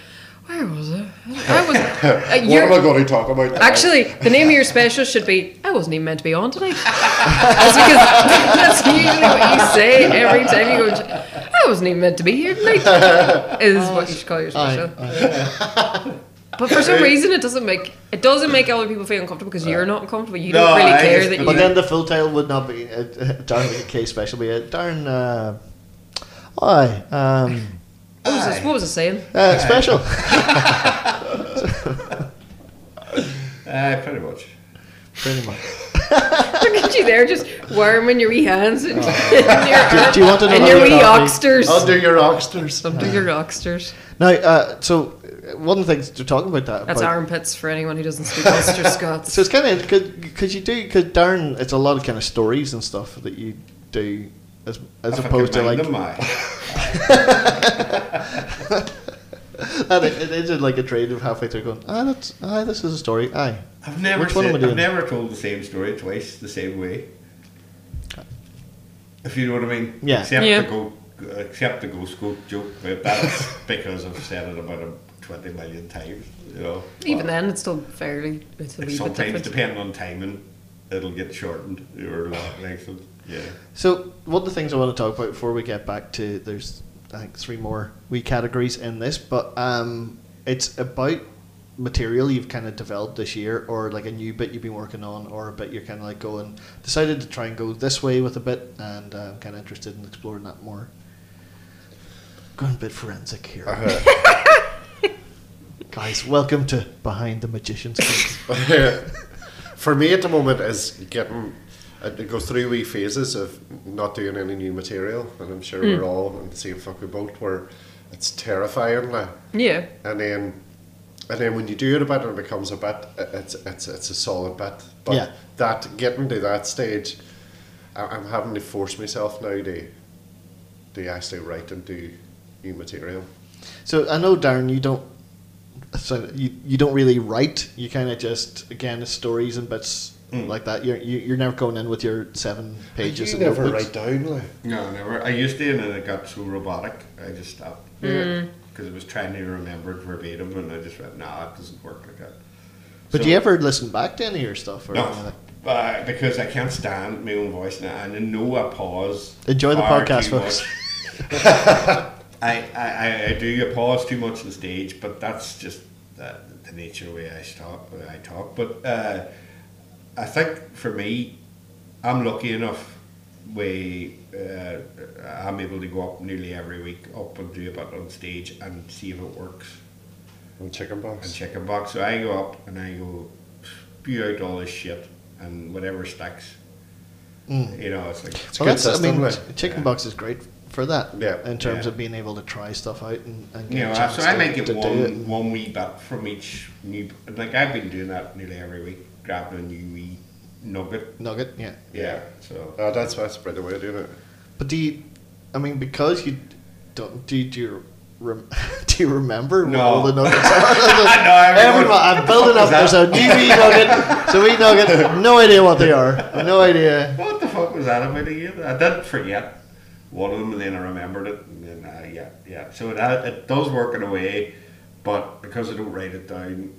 Speaker 5: where was it? I
Speaker 2: (laughs)
Speaker 5: was. Uh,
Speaker 2: What am I
Speaker 5: you're-
Speaker 2: going to talk about? tonight?
Speaker 5: Actually, the name of your special should be "I wasn't even meant to be on tonight." That's because that's usually what you say every time you go. I wasn't even meant to be here tonight. Is what you should call your
Speaker 4: aye,
Speaker 5: special.
Speaker 4: aye.
Speaker 5: (laughs) But for some reason, it doesn't make it doesn't make other people feel uncomfortable because you're not uncomfortable. You
Speaker 3: No,
Speaker 5: don't really
Speaker 3: I
Speaker 5: care
Speaker 3: just-
Speaker 5: that you.
Speaker 4: But then the full title would not be uh, Darren K special. Be it Darren. Uh, aye. Um,
Speaker 5: what, was this, what was I saying? (laughs)
Speaker 4: uh, special.
Speaker 3: Uh, pretty much.
Speaker 4: Pretty much.
Speaker 5: Look at you there, just warming your wee hands and, (laughs) and your,
Speaker 4: Do- do you want
Speaker 5: and
Speaker 4: another
Speaker 5: your wee
Speaker 4: coffee?
Speaker 5: oxters.
Speaker 2: I'll do your oxters.
Speaker 5: Under your oxters.
Speaker 4: Now, uh, so uh, one of the things to talking about that.
Speaker 5: That's
Speaker 4: about,
Speaker 5: armpits for anyone who doesn't speak Ulster Scots.
Speaker 4: So it's kind of because you do because Darren, it's a lot of kind of stories and stuff that you do as as
Speaker 3: If I
Speaker 4: opposed
Speaker 3: could
Speaker 4: to like
Speaker 3: mind them, I-
Speaker 4: and it, it ended like a train of halfway through going, ah, that's, ah, this is a story. Aye.
Speaker 3: I've never
Speaker 4: Which one am I
Speaker 3: said,
Speaker 4: doing?
Speaker 3: I've never told the same story twice the same way. If you know what I mean.
Speaker 4: Yeah.
Speaker 3: Except
Speaker 5: Yeah.
Speaker 3: the go, except the ghost scope joke, but that's (laughs) because I've said it about a twenty million times. You know.
Speaker 5: Even then, it's still fairly. It's a wee bit
Speaker 3: Sometimes,
Speaker 5: different.
Speaker 3: depending on timing, it'll get shortened or long- lengthened. Yeah.
Speaker 4: So one of the things I want to talk about before we get back to there's I think three more wee categories in this, but um, it's about material you've kind of developed this year, or like a new bit you've been working on, or a bit you're kind of like going decided to try and go this way with a bit, and uh, I'm kind of interested in exploring that more. Going a bit forensic here, (laughs) guys. Welcome to Behind the Magician's Curtain.
Speaker 2: For me at the moment is getting it goes through wee phases of not doing any new material, and I'm sure
Speaker 5: Hmm.
Speaker 2: we're all in the same fucking boat where it's terrifying now.
Speaker 5: Yeah.
Speaker 2: and then and then when you do it a bit and it becomes a bit it's it's it's a solid bit but
Speaker 4: Yeah.
Speaker 2: that getting to that stage I- i'm having to force myself now to to actually write and do new material
Speaker 4: So I know, Darren, you don't. So you, you don't really write. You kind of just again it's stories and bits like that. You're you, you're never going in with your seven pages.
Speaker 2: you
Speaker 4: of
Speaker 2: never
Speaker 4: notebooks.
Speaker 2: write down like
Speaker 3: No, never. I used to, and then it got so robotic, I just stopped. Because I was trying to remember it verbatim, and I just went, nah, it doesn't work like that.
Speaker 4: But
Speaker 3: So-
Speaker 4: do you ever listen back to any of your stuff or
Speaker 3: No,
Speaker 4: anything?
Speaker 3: uh, because I can't stand my own voice now, and I know I pause.
Speaker 4: Enjoy the
Speaker 3: far
Speaker 4: podcast,
Speaker 3: too
Speaker 4: folks.
Speaker 3: much. (laughs) I, I, I- I do I pause too much on stage, but that's just the, the nature of the way I talk. I talk, but uh, I think for me, I'm lucky enough. We, uh, I'm able to go up nearly every week, up and do a bit on stage and see if it works
Speaker 2: on chicken
Speaker 3: and
Speaker 2: box
Speaker 3: chicken box. So I go up and I go spew out all this shit and whatever sticks.
Speaker 4: Mm.
Speaker 3: You know, it's like
Speaker 4: Well,
Speaker 2: good
Speaker 4: that's, I
Speaker 2: system,
Speaker 4: mean,
Speaker 2: like.
Speaker 4: ch- Chicken Box is great for that.
Speaker 2: Yeah.
Speaker 4: In terms
Speaker 3: Yeah.
Speaker 4: of being able to try stuff out and, and get
Speaker 3: you know.
Speaker 4: a
Speaker 3: I-
Speaker 4: chance
Speaker 3: So I
Speaker 4: to,
Speaker 3: might get
Speaker 4: to
Speaker 3: one
Speaker 4: do it. and-
Speaker 3: one wee bit from each new. Like I've been doing that nearly every week, grabbing a new wee nugget.
Speaker 4: nugget. Yeah.
Speaker 3: Yeah. So
Speaker 2: oh, that's that's by the way of doing it
Speaker 4: But do you? I mean, because you don't do you. Do you Rem- (laughs) do you remember what
Speaker 3: No.
Speaker 4: all the
Speaker 3: (laughs)
Speaker 4: nuggets (laughs) are?
Speaker 3: I know
Speaker 4: Everyone, I'm building up. There's a new wee
Speaker 3: (laughs)
Speaker 4: nugget. So wee nugget. No idea what they are. No idea.
Speaker 3: What the fuck was that about again? I did forget one of them, and then I remembered it, and then uh, yeah, yeah. So that it does work in a way, but because I don't write it down,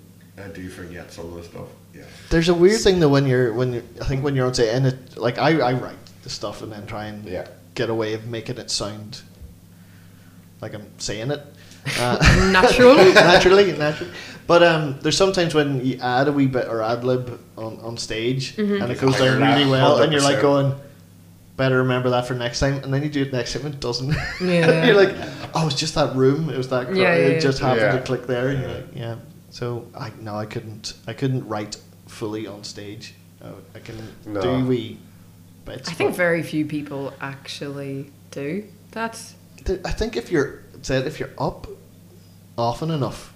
Speaker 3: I do forget some of the stuff. Yeah.
Speaker 4: There's a weird thing though when you're when you're, I think when you're on set and it like I, I write the stuff and then try and
Speaker 2: Yeah.
Speaker 4: get a way of making it sound like I'm saying it
Speaker 2: (laughs)
Speaker 4: (laughs)
Speaker 5: Natural.
Speaker 4: naturally, naturally. But um, there's sometimes when you add a wee bit or ad lib on, on stage
Speaker 5: Mm-hmm.
Speaker 4: and it goes down
Speaker 3: Higher
Speaker 4: really
Speaker 3: laugh,
Speaker 4: well, and you're like
Speaker 2: 100%.
Speaker 4: going, better remember that for next time. And then you do it next time and it doesn't. (laughs)
Speaker 5: Yeah.
Speaker 4: you're like, oh, it's just that room. It was that. Cr-
Speaker 5: Yeah, yeah,
Speaker 4: it
Speaker 5: yeah.
Speaker 4: just happened
Speaker 2: Yeah.
Speaker 4: to click there. And you're like, yeah. So I no, I couldn't. I couldn't write fully on stage. I, I can
Speaker 2: No.
Speaker 4: do wee bits.
Speaker 5: I think
Speaker 4: but
Speaker 5: very few people actually do that.
Speaker 4: th- I think if you're said if you're up often enough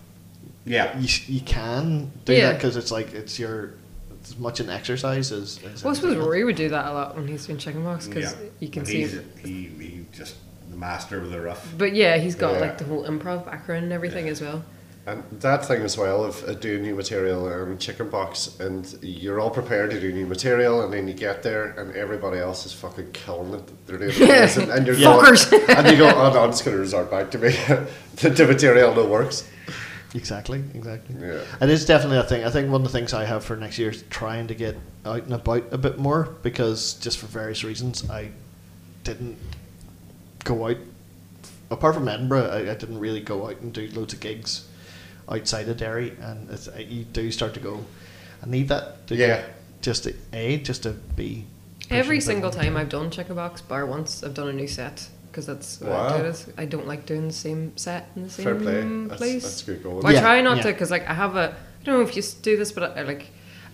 Speaker 3: Yeah.
Speaker 4: you, s- you can do
Speaker 5: Yeah.
Speaker 4: that because it's like it's your it's as much an exercise as. as
Speaker 5: Well, I suppose
Speaker 4: anything else.
Speaker 5: Rory would do that a lot when he's doing chicken box because
Speaker 3: yeah.
Speaker 5: you can
Speaker 3: But
Speaker 5: see.
Speaker 3: he's,
Speaker 5: Him.
Speaker 3: he he just the master of the rough.
Speaker 5: But yeah, he's got
Speaker 2: Yeah.
Speaker 5: like the whole improv background and everything as well.
Speaker 2: and that thing as well of uh, doing new material and chicken box and you're all prepared to do new material and then you get there and everybody else is fucking killing it they're doing amazing and you're
Speaker 5: Fuckers.
Speaker 2: going, and you go oh no I'm just going to resort back to me (laughs) the, the material that works
Speaker 4: Exactly, exactly.
Speaker 2: Yeah.
Speaker 4: It is definitely a thing. I think one of the things I have for next year is trying to get out and about a bit more because just for various reasons I didn't go out. Apart from Edinburgh, I, I didn't really go out and do loads of gigs outside of Derry, and it's, you do start to go. I need that. To
Speaker 2: Yeah.
Speaker 4: Just to a, just to b. pushing
Speaker 5: Every
Speaker 4: a
Speaker 5: single
Speaker 4: bit
Speaker 5: time I've done chicken box, bar once, I've done a new set because that's what
Speaker 2: Wow.
Speaker 5: I do. Is I don't like doing the same set in the same
Speaker 2: Fair play. That's-
Speaker 5: place.
Speaker 2: that's good going.
Speaker 5: Well, I
Speaker 4: Yeah,
Speaker 5: try not to 'cause
Speaker 4: yeah.
Speaker 5: to because like I have a. I don't know if you s- do this, but I, I like.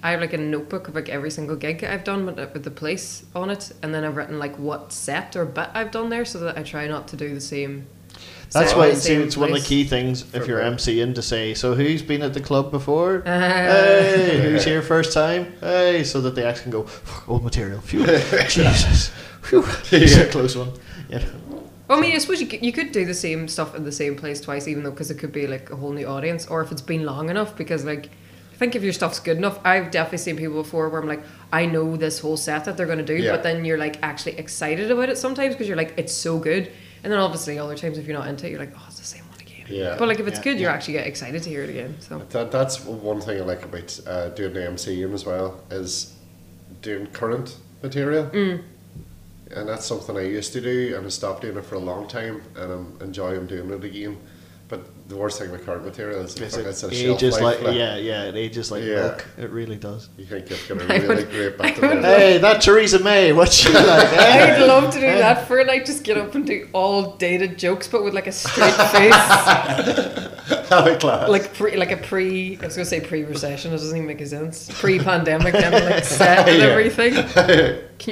Speaker 5: I have like a notebook of like every single gig I've done with, with the place on it, and then I've written like what set or bit I've done there, so that I try not to do the same.
Speaker 4: That's
Speaker 5: set
Speaker 4: why
Speaker 5: in the
Speaker 4: it's,
Speaker 5: same
Speaker 4: it's one of the
Speaker 5: place.
Speaker 4: key things if you're MCing to say, so who's been at the club
Speaker 2: (laughs)
Speaker 4: before?
Speaker 5: Uh.
Speaker 4: hey, who's here first time? Hey, so that the
Speaker 2: (laughs)
Speaker 4: acts can go, "Fuck, old material, phew, Jesus, phew, it's a close one. You know.
Speaker 5: I mean, I suppose you could, you could do the same stuff in the same place twice, even though because it could be like a whole new audience, or if it's been long enough. Because like, I think if your stuff's good enough, I've definitely seen people before where I'm like, I know this whole set that they're gonna do,
Speaker 2: Yeah.
Speaker 5: but then you're like actually excited about it sometimes because you're like, it's so good, and then obviously other times if you're not into it, you're like, oh, it's the same one again.
Speaker 2: Yeah.
Speaker 5: But like if it's
Speaker 4: Yeah,
Speaker 5: good, you're
Speaker 4: yeah.
Speaker 5: actually get excited to hear it again. So
Speaker 2: That that's one thing I like about uh, doing the MCU as well is doing current material,
Speaker 5: Mm.
Speaker 2: and that's something I used to do, and I stopped doing it for a long time, and I'm enjoying doing it again. But the worst thing with current material is it's, it's a shelf
Speaker 4: ages
Speaker 2: life.
Speaker 4: like,
Speaker 2: like,
Speaker 4: yeah, yeah, it ages like
Speaker 2: Yeah.
Speaker 4: milk. It really does.
Speaker 2: you think you've got a
Speaker 5: (laughs) I
Speaker 2: really
Speaker 5: would-
Speaker 2: great
Speaker 5: I
Speaker 2: battle.
Speaker 5: would-
Speaker 2: there.
Speaker 4: Hey, that Theresa May, what's she like? eh?
Speaker 5: I'd love to do that for a night. Just get up and do all dated jokes, but with like a straight (laughs)
Speaker 2: (laughs)
Speaker 5: face,
Speaker 2: Have a class.
Speaker 5: like pre, like a pre. I was gonna say pre-recession. It doesn't even make any sense.
Speaker 4: (laughs)
Speaker 5: Pre-pandemic, then
Speaker 2: (laughs)
Speaker 5: like set and
Speaker 2: Yeah.
Speaker 5: everything. Can you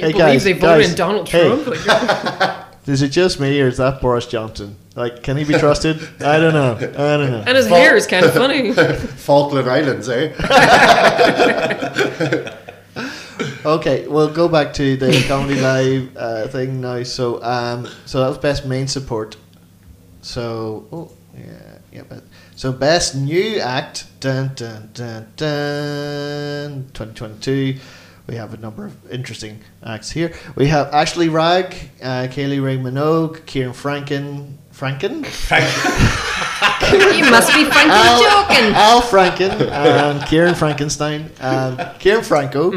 Speaker 4: Hey,
Speaker 5: believe
Speaker 4: guys,
Speaker 5: they voted
Speaker 4: guys,
Speaker 5: in Donald
Speaker 4: hey.
Speaker 5: Trump? Like,
Speaker 4: Is it just me or is that Boris Johnson? Like, can he be trusted? I don't know. I don't know.
Speaker 5: and his hair is
Speaker 4: (laughs)
Speaker 5: kind of
Speaker 2: (laughs)
Speaker 5: funny.
Speaker 2: Falkland Islands,
Speaker 5: (laughs)
Speaker 2: eh? (laughs)
Speaker 4: Okay, well, go back to the comedy live uh, thing now. So, um, so that was best main support. So, oh yeah, yeah, but so best new act. Dun dun dun dun. Twenty twenty two. We have a number of interesting acts here. We have Ashley Rag, uh, Kaylee Ray Minogue, Kieran Franken, Franken,
Speaker 5: (laughs) you must be frankly joking.
Speaker 4: Al Franken and Kieran Frankenstein, um, Kieran Franco,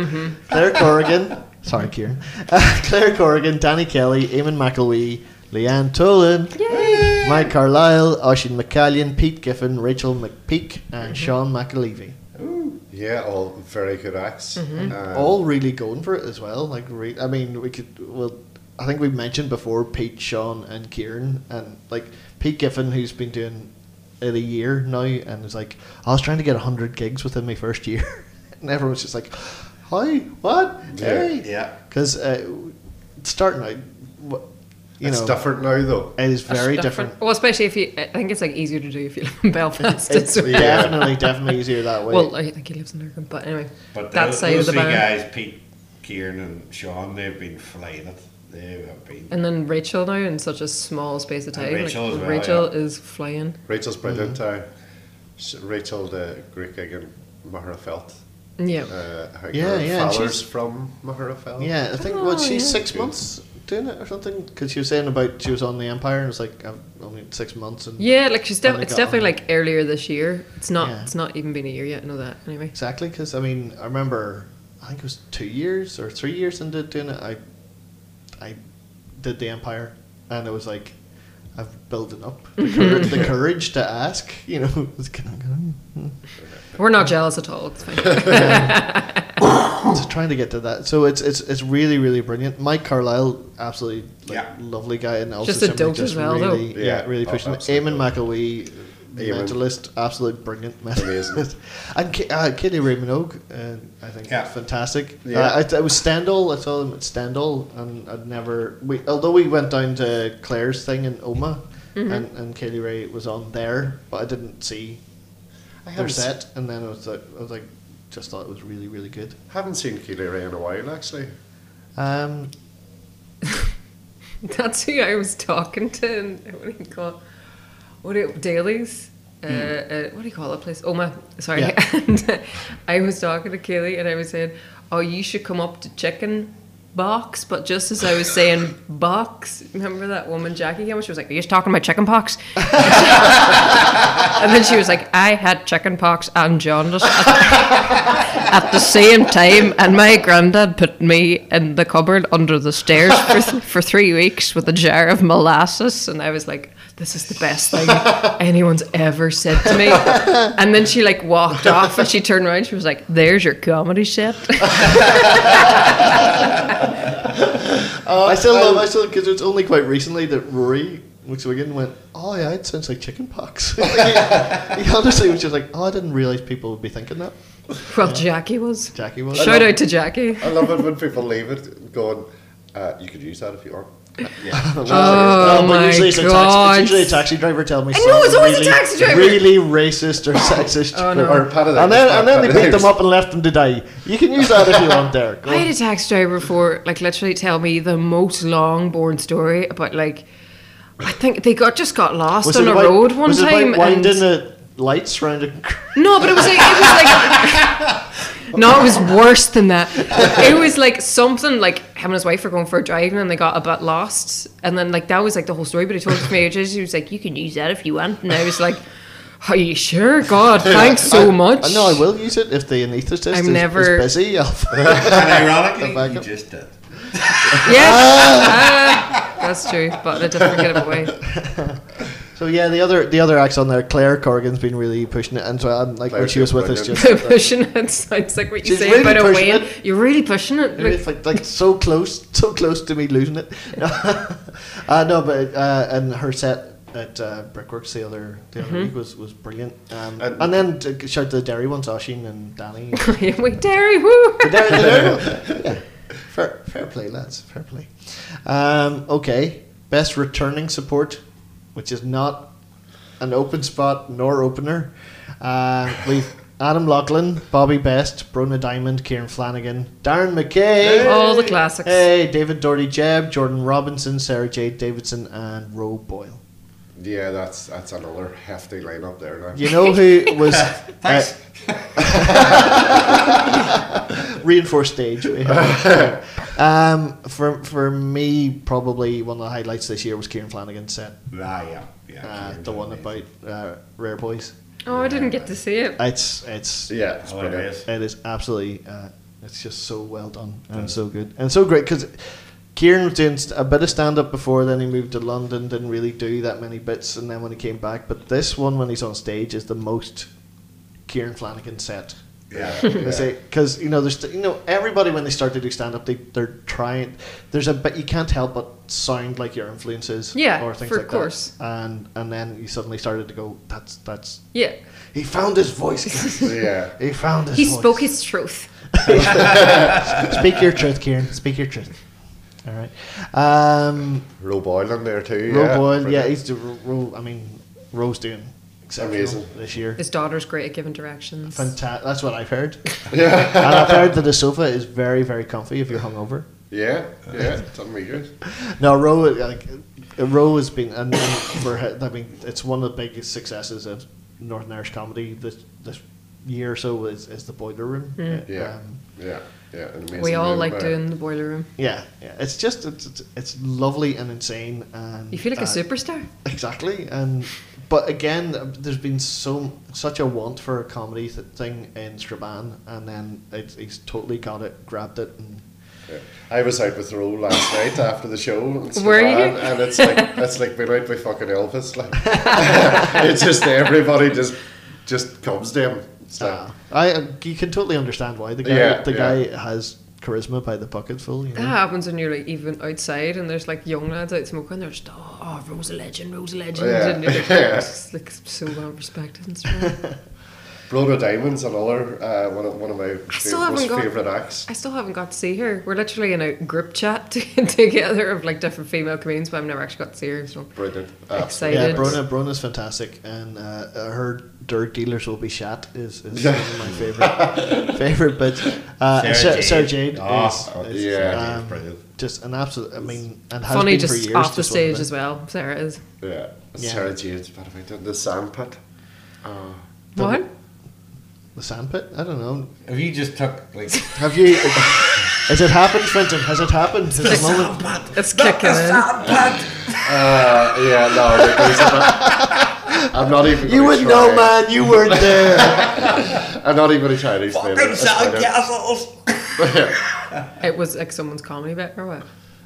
Speaker 4: Claire Corrigan, sorry Kieran, (laughs) uh, Claire Corrigan, Danny Kelly, Eamon McElwee, Leanne Tolan, Mike Carlisle, Oisin McCallion, Pete Giffen, Rachel McPeak, and Sean McAlevey.
Speaker 2: Yeah, all very good acts.
Speaker 5: Mm-hmm.
Speaker 2: Um,
Speaker 4: All really going for it as well. Like, re- I mean, we could well. I think we mentioned before Pete, Sean, and Kieran, and like Pete Giffen, who's been doing it a year now, and is like, I was trying to get hundred gigs within my first year, (laughs) and everyone's just like, "Hi, what?
Speaker 2: Yeah,
Speaker 3: yeah.
Speaker 4: Because uh, starting out, wha- you
Speaker 2: it's
Speaker 4: know,
Speaker 2: different now, though.
Speaker 4: it is very
Speaker 5: Stuff (laughs)
Speaker 4: different.
Speaker 5: Well, especially if you. I think it's like easier to do if you live in Belfast.
Speaker 4: (laughs) It's
Speaker 5: It's-
Speaker 4: definitely, definitely easier that way.
Speaker 5: (laughs) well, I think he lives in Durham, but anyway,
Speaker 3: But
Speaker 5: that
Speaker 3: those,
Speaker 5: side
Speaker 3: those
Speaker 5: of the
Speaker 3: three
Speaker 5: band.
Speaker 3: guys, Pete, Kieran, and Sean, they've been flying it. They have been.
Speaker 5: And then Rachel now in such a small space of
Speaker 3: And
Speaker 5: time.
Speaker 3: Rachel
Speaker 5: like,
Speaker 3: as well,
Speaker 5: Rachel
Speaker 3: yeah.
Speaker 5: is flying.
Speaker 2: Rachel's brilliant.
Speaker 4: Mm-hmm.
Speaker 2: uh, s Rachel, the Greek gig in Maharafelt.
Speaker 5: Yeah.
Speaker 2: Uh, her
Speaker 4: Yeah,
Speaker 2: girl
Speaker 4: yeah, and
Speaker 2: Fowler's
Speaker 4: she's-
Speaker 2: from Maharafelt.
Speaker 4: Yeah, I think
Speaker 5: Oh,
Speaker 4: was she
Speaker 5: yeah.
Speaker 4: six
Speaker 2: Good.
Speaker 4: months doing it or something? Because she was saying about she was on the Empire and it's like I'm only six months and
Speaker 5: Yeah, like she's
Speaker 4: And
Speaker 5: def-
Speaker 4: they
Speaker 5: it's
Speaker 4: got
Speaker 5: definitely
Speaker 4: on.
Speaker 5: like earlier this year. It's not
Speaker 4: Yeah.
Speaker 5: it's not even been a year yet. I know that anyway.
Speaker 4: exactly because I mean I remember I think it was two years or three years into doing it. I I did the Empire and it was like I've building up the, cour-
Speaker 5: (laughs)
Speaker 4: the courage to ask. You know, (laughs) it's kind of going.
Speaker 5: We're not jealous at all. It's fine. (laughs)
Speaker 4: So trying to get to that. So it's it's it's really really brilliant. Mike Carlisle, absolutely like,
Speaker 3: Yeah.
Speaker 4: lovely guy, and also
Speaker 5: Just a
Speaker 4: somebody
Speaker 5: dope as well, though.
Speaker 4: really, Yeah,
Speaker 2: Yeah.
Speaker 4: really
Speaker 2: Oh,
Speaker 4: pushing. it.
Speaker 2: absolutely.
Speaker 4: Eamon McElwee,
Speaker 2: Eamon.
Speaker 4: mentalist, absolute brilliant mentalist.
Speaker 2: Amazing.
Speaker 4: (laughs) and Ki- uh, Katie Ray Minogue, uh, I think,
Speaker 3: Yeah.
Speaker 4: fantastic.
Speaker 2: Yeah.
Speaker 4: Uh, I, I was Stendhal. I saw them at Stendhal, and I'd never. We although we went down to Claire's thing in Oma.
Speaker 5: Mm-hmm.
Speaker 4: And, and Katie Ray was on there, but I didn't see
Speaker 2: I
Speaker 4: their
Speaker 2: haven't, s-
Speaker 4: set. And then I was like, I was like, just thought it was really, really good.
Speaker 2: haven't seen Keely Ray in a while, actually.
Speaker 4: Um,
Speaker 5: That's who I was talking to. And what do you call? What do you, dailies? Uh, uh, what do you call that place? Oma. Sorry.
Speaker 4: Yeah.
Speaker 5: (laughs) And I was talking to Kaylee, and I was saying, "Oh, you should come up to chicken." Box, but just as I was saying (laughs) box, remember that woman Jackie came? and She was like, "Are you just talking about chicken pox?" (laughs) And then she was like, I had chicken pox and jaundice at, at the same time, and my granddad put me in the cupboard under the stairs for, th- for three weeks with a jar of molasses. And I was like, this is the best thing anyone's ever said to me. And then she like walked off and she turned around she was like, there's your comedy set. (laughs)
Speaker 4: I still love, I still, because it's only quite recently that Rory McSwiggan went, oh yeah, it sounds like chicken pox. (laughs) he, honestly was just like, oh, I didn't realise people would be thinking that.
Speaker 5: well, Jackie was.
Speaker 4: Jackie was.
Speaker 5: Shout out to Jackie.
Speaker 2: I love it when people leave it going, uh, you could use that if you want.
Speaker 4: Oh,
Speaker 5: my
Speaker 4: usually it's, a taxi,
Speaker 5: God.
Speaker 4: it's usually a taxi driver telling me
Speaker 5: I know, it's
Speaker 4: some
Speaker 5: always a
Speaker 4: really,
Speaker 5: taxi driver.
Speaker 4: really racist or sexist.
Speaker 5: Oh, no.
Speaker 2: Or part of that
Speaker 4: and
Speaker 2: is
Speaker 4: then,
Speaker 2: part-
Speaker 4: and then
Speaker 2: part
Speaker 4: they
Speaker 2: of
Speaker 4: beat
Speaker 2: it
Speaker 4: them
Speaker 2: is.
Speaker 4: up and left them to die. You can use that if you want there. Go
Speaker 5: (laughs) I had a taxi driver before, like, literally tell me the most long, boring story about, like, I think they got just got lost
Speaker 4: (laughs) Was
Speaker 5: on
Speaker 4: it
Speaker 5: a
Speaker 4: about-
Speaker 5: road one
Speaker 4: was it
Speaker 5: time.
Speaker 4: about winding
Speaker 5: and-
Speaker 4: the lights round a (laughs)
Speaker 5: No, but it was like it was like No, it was worse than that. It was like something like him and his wife were going for a drive and they got a bit lost. And then like that was like the whole story, but he told it to me ages. He was like, You can use that if you want and I was like, Are you sure? God, thanks so much.
Speaker 4: I know I will use it if the anaesthetist
Speaker 5: I'm
Speaker 4: is,
Speaker 5: never-
Speaker 4: is busy. I'll-
Speaker 3: And
Speaker 4: Come back
Speaker 3: ironically, you
Speaker 4: up.
Speaker 3: just did.
Speaker 4: (laughs)
Speaker 5: Yeah. Ah, that's true, but I didn't get it away. (laughs)
Speaker 4: so yeah, the other the other acts on there, Claire Corgan's been really pushing it, and so I'm like when
Speaker 2: Claire's
Speaker 4: she was
Speaker 2: been
Speaker 4: with us,
Speaker 2: brilliant.
Speaker 4: just like,
Speaker 5: pushing it. It's like what you
Speaker 4: She's
Speaker 5: say
Speaker 4: really
Speaker 5: about a
Speaker 4: pushing
Speaker 5: win.
Speaker 4: it.
Speaker 5: You're really pushing it. Look,
Speaker 4: it's like like so close, so close to me losing it. (laughs) No, uh, no but uh, and her set at uh, Brickworks the other the other week was was brilliant. Um,
Speaker 2: And-
Speaker 4: and then to shout the dairy ones, Oshin and Danny.
Speaker 5: (laughs) yeah, we dairy, woo!
Speaker 4: The dairy, the dairy ones. (laughs) Yeah. Fair, fair play, lads. Fair play. Um, okay, best returning support, which is not an open spot nor opener. Uh, we've Adam Lachlan, Bobby Best, Brona Diamond, Kieran Flanagan, Darren McKay.
Speaker 5: All the classics.
Speaker 4: Hey, David Doherty Jeb, Jordan Robinson, Sarah Jade Davidson, and Roe Boyle.
Speaker 2: Yeah, that's that's another hefty lineup there now. Uh,
Speaker 4: You know who was
Speaker 3: Thanks.
Speaker 4: reinforced stage? we have. um, for for me, probably one of the highlights this year was Kieran Flanagan's set,
Speaker 3: Ah, yeah. yeah
Speaker 4: uh,
Speaker 3: Kieran
Speaker 4: the one
Speaker 3: Donnelly.
Speaker 4: about uh, Rare Boys.
Speaker 5: Oh, I didn't get to see it.
Speaker 4: It's it's
Speaker 2: Yeah, it's
Speaker 3: Oh, it
Speaker 2: brilliant.
Speaker 3: is.
Speaker 4: it is absolutely uh, it's just so well done and so good and so great because Kieran was doing st- a bit of stand up before then he moved to London didn't really do that many bits and then when he came back but this one when he's on stage is the most Kieran Flanagan set (laughs)
Speaker 3: Yeah.
Speaker 4: I say because you know there's you know everybody when they start to do stand up they they're trying there's a bit you can't help but sound like your influences
Speaker 5: Yeah,
Speaker 4: or things
Speaker 5: for
Speaker 4: like
Speaker 5: course.
Speaker 4: that and and then you suddenly started to go that's that's
Speaker 5: Yeah.
Speaker 4: he found his
Speaker 5: (laughs)
Speaker 4: voice guys.
Speaker 2: Yeah.
Speaker 4: he found his
Speaker 5: He
Speaker 4: voice.
Speaker 5: spoke his truth.
Speaker 4: Speak your truth, Kieran. Speak your truth. All right. Um,
Speaker 2: Roe Boyle in there too.
Speaker 4: Roe
Speaker 2: yeah,
Speaker 4: Boyle, yeah,
Speaker 2: brilliant.
Speaker 4: he's the Ro, I mean, Roe's doing exceptional
Speaker 2: Amazing.
Speaker 4: this year.
Speaker 5: His daughter's great at giving directions.
Speaker 4: Fantastic. That's what
Speaker 2: (laughs)
Speaker 4: I've heard. yeah. And I've heard that the sofa is very, very comfy if you're hungover.
Speaker 2: Yeah, yeah, it's something good.
Speaker 4: No, Roe, like, uh, Roe has been, and then for, her- I mean, it's one of the biggest successes of Northern Irish comedy this this year or so is, is the Boiler Room.
Speaker 5: Mm.
Speaker 2: Yeah,
Speaker 4: Um,
Speaker 2: yeah, yeah. an amazing
Speaker 5: We all
Speaker 2: room uh,
Speaker 5: like
Speaker 2: there.
Speaker 5: doing the boiler room.
Speaker 4: yeah, yeah. It's just it's, it's, it's lovely and insane. And
Speaker 5: You feel like a
Speaker 4: uh,
Speaker 5: superstar.
Speaker 4: Exactly, and but again, there's been so such a want for a comedy th- thing in Strabane, and then it, he's totally got it, grabbed it. And
Speaker 2: I was out with Roe last night after the show. in Strabane,
Speaker 5: Were you?
Speaker 2: And it's like it's like being out with fucking Elvis. Like (laughs) it's just everybody just just comes to him. It's like,
Speaker 5: Ah.
Speaker 4: uh, I you can totally understand why the guy
Speaker 2: Yeah,
Speaker 4: the
Speaker 2: yeah.
Speaker 4: guy has charisma by the bucketful. You know?
Speaker 5: That happens when you're like even outside and there's like young lads out smoking. They're just oh, Rose a legend, Rose a legend,
Speaker 2: Yeah.
Speaker 5: and you're
Speaker 4: (laughs)
Speaker 5: like,
Speaker 2: Yeah.
Speaker 5: just, like so well respected. And stuff.
Speaker 2: Blood of Diamonds, another uh, one of one of my fav-
Speaker 5: still haven't
Speaker 2: most
Speaker 5: got-
Speaker 2: favorite acts.
Speaker 5: I still haven't got to see her. We're literally in a group chat (laughs) together of like different female comedians, but I've never actually got to see her. So
Speaker 2: Brilliant. Uh,
Speaker 5: excited.
Speaker 4: Oh. Yeah, Brona Brona's fantastic, and uh, her "Dirt Dealers Will Be Shat" is, is one of my favorite favorite bits. Uh, and Sarah, Jade.
Speaker 3: Sarah Jade.
Speaker 4: Sarah Jade
Speaker 3: Oh,
Speaker 4: is,
Speaker 3: oh,
Speaker 4: is,
Speaker 2: yeah.
Speaker 4: um,
Speaker 3: Brilliant.
Speaker 4: just an absolute. I mean, and has
Speaker 5: Funny,
Speaker 4: been for
Speaker 5: just
Speaker 4: years.
Speaker 5: off the
Speaker 4: just one of
Speaker 5: stage
Speaker 4: the-
Speaker 5: as well. Sarah is
Speaker 2: Yeah,
Speaker 4: Yeah.
Speaker 2: Sarah Jade's part of it. The Sandpit. Oh.
Speaker 5: what?
Speaker 4: The sandpit? I don't know.
Speaker 3: If you just took (laughs) like
Speaker 4: Have you? (laughs) has it happened, Fenton? Has it happened? Has the moment?
Speaker 5: It's kicking in.
Speaker 2: Uh, yeah, no, there- there's a- I'm not even.
Speaker 4: You
Speaker 2: gonna
Speaker 4: would
Speaker 2: try.
Speaker 4: know, man. You weren't there.
Speaker 2: I'm not even a Chinese man.
Speaker 5: It was like someone's comedy bit or what?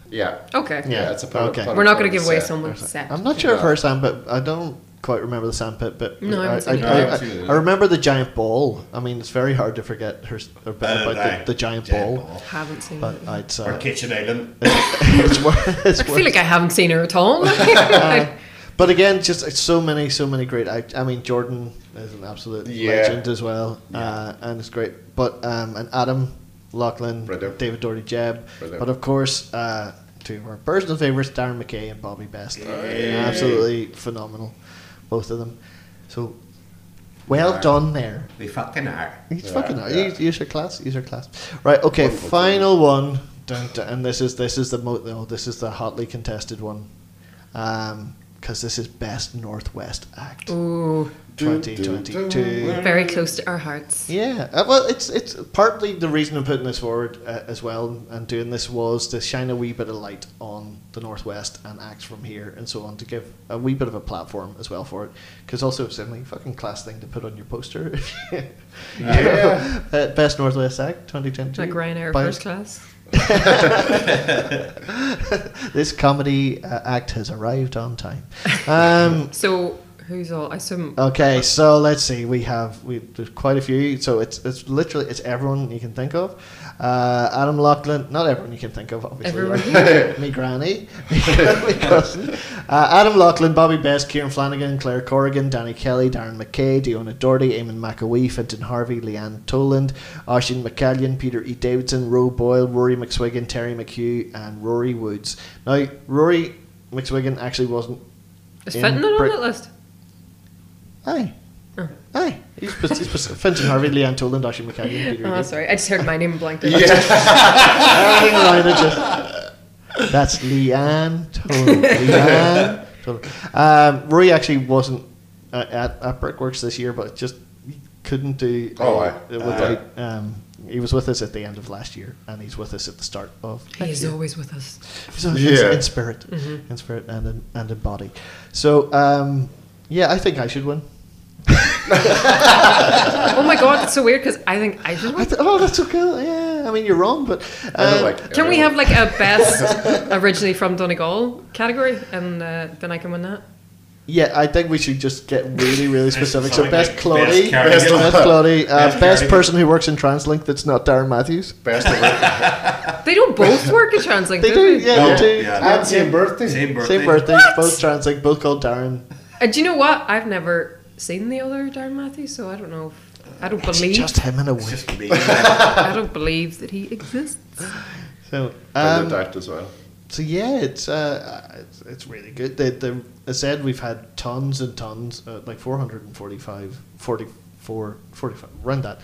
Speaker 2: Yeah,
Speaker 5: Okay.
Speaker 2: yeah, it's a part
Speaker 4: Okay.
Speaker 2: part
Speaker 5: We're not going
Speaker 2: part
Speaker 5: to give
Speaker 2: the
Speaker 5: away
Speaker 2: set.
Speaker 5: someone's
Speaker 4: (laughs)
Speaker 5: set.
Speaker 4: I'm not sure if her sandpit. I don't quite remember the sandpit, but
Speaker 5: No, I
Speaker 4: I,
Speaker 5: haven't
Speaker 4: I,
Speaker 5: seen
Speaker 4: I-
Speaker 5: it.
Speaker 3: No, I haven't
Speaker 4: I-
Speaker 3: seen it.
Speaker 4: I remember the giant ball. I mean, it's very hard to forget her s- her bit
Speaker 3: Uh,
Speaker 4: about
Speaker 3: aye.
Speaker 4: the, the giant, ball.
Speaker 5: Haven't seen her.
Speaker 4: But I'd
Speaker 3: Or
Speaker 4: say
Speaker 3: Kitchen Island.
Speaker 4: (laughs) it's wor- it's
Speaker 5: I feel
Speaker 4: worse.
Speaker 5: like I haven't seen her
Speaker 4: (laughs)
Speaker 5: at all. (laughs) Like,
Speaker 4: But again, just it's so many, so many great. Act- I mean, Jordan is an absolute
Speaker 2: Yeah.
Speaker 4: legend as well, uh, and it's great. But um, and Adam Lachlan,
Speaker 2: Brilliant.
Speaker 4: David Doherty, Jeb,
Speaker 2: Brilliant.
Speaker 4: but of course, uh, two of our personal favorites, Darren McKay and Bobby Best, absolutely phenomenal, both of them. So well
Speaker 3: Yeah.
Speaker 4: done there.
Speaker 3: They fucking are.
Speaker 4: He's
Speaker 2: Yeah,
Speaker 4: fucking out.
Speaker 2: yeah.
Speaker 4: Use, use your class. Use your class. Right. Okay.
Speaker 2: Wonderful
Speaker 4: final one. Dun, dun, and this is this is the mo- no, this is the hotly contested one. Um, because this is Best Northwest Act
Speaker 5: Ooh,
Speaker 4: 2022.
Speaker 5: very close to our hearts.
Speaker 4: Yeah, uh, well, it's it's partly the reason I'm putting this forward uh, as well and doing this was to shine a wee bit of light on the Northwest and acts from here and so on to give a wee bit of a platform as well for it. Because also, similarly, fucking class thing to put on your poster. (laughs) yeah. Best Northwest Act 2022.
Speaker 5: Like Ryanair
Speaker 4: By-
Speaker 5: first class.
Speaker 4: (laughs) This comedy uh, act has arrived on time. Um,
Speaker 5: So who's all? I assume.
Speaker 4: Okay, so let's see. We have we there's quite a few. So it's it's literally it's everyone you can think of. Uh, Adam Lachlan, not everyone you can think of, obviously.
Speaker 5: Everyone.
Speaker 4: (laughs) me granny, me cousin. Uh, Adam Lachlan, Bobby Best, Kieran Flanagan, Claire Corrigan, Danny Kelly, Darren McKay, Diona Doherty, Eamon McAwee, Fenton Harvey, Leanne Toland, Arshin McCallion, Peter E. Davidson, Roe Boyle, Rory McSwiggan, Terry McHugh, and Rory Woods. Now, Rory McSwiggan actually wasn't.
Speaker 5: Is
Speaker 4: in
Speaker 5: Fenton on
Speaker 4: Brit-
Speaker 5: that list?
Speaker 4: Aye.
Speaker 5: Oh.
Speaker 4: Aye. He's, pres- he's pres- Fenton Harvey, Leanne Toland, Ashley McCallion, Peter
Speaker 5: Oh,
Speaker 4: Reid.
Speaker 5: sorry. I just heard my
Speaker 4: (laughs)
Speaker 5: name blanked out.
Speaker 4: Everything around it just- That's Leanne
Speaker 5: (laughs)
Speaker 4: Toland. Leanne Toland. Um, Rory actually wasn't uh, at, at Brickworks this year, but just he couldn't do. uh,
Speaker 2: Oh, aye.
Speaker 4: without, um, he was with us at the end of last year, and he's with us at the start of.
Speaker 5: He is
Speaker 4: next year.
Speaker 5: always with us.
Speaker 4: So it's
Speaker 2: Yeah.
Speaker 4: in spirit,
Speaker 5: Mm-hmm.
Speaker 4: in spirit and in, and in body. So um, yeah, I think I should win.
Speaker 5: Oh my god, that's so weird because I think I should.
Speaker 4: I
Speaker 5: Win.
Speaker 4: th- oh, that's okay. Yeah, I mean you're wrong, but
Speaker 2: I don't
Speaker 4: um,
Speaker 2: like
Speaker 5: Uh, Can we
Speaker 2: everyone.
Speaker 5: have like a
Speaker 4: (laughs)
Speaker 5: best originally from Donegal category, and uh, then I can win that?
Speaker 4: Yeah, I think we should just get really,
Speaker 3: (laughs)
Speaker 4: really specific. So
Speaker 3: something
Speaker 4: best
Speaker 3: like
Speaker 4: Cloddy,
Speaker 3: best
Speaker 4: best,
Speaker 3: Carrigan.
Speaker 4: best Cloddy, uh,
Speaker 3: Best
Speaker 4: best,
Speaker 3: Carrigan.
Speaker 4: person who works in TransLink that's not Darren Matthews.
Speaker 2: Best
Speaker 5: (laughs)
Speaker 2: of it.
Speaker 5: They don't both work at TransLink,
Speaker 4: They do,
Speaker 5: do they?
Speaker 4: yeah,
Speaker 3: No,
Speaker 4: they do.
Speaker 3: yeah.
Speaker 2: And same birthday.
Speaker 3: Same birthday.
Speaker 4: Same birthday, both TransLink, both called Darren.
Speaker 5: And Uh, do you know what? I've never seen the other Darren Matthews, so I don't know. If, I don't
Speaker 4: It's
Speaker 5: believe.
Speaker 4: just him in a
Speaker 3: It's
Speaker 4: wig.
Speaker 3: just me.
Speaker 5: I don't believe that he exists.
Speaker 4: So,
Speaker 2: And
Speaker 4: um,
Speaker 2: the act as well.
Speaker 4: so yeah, it's uh, it's, it's really good. They, they, as said, we've had tons and tons, uh, like 445, 44, 45, around that,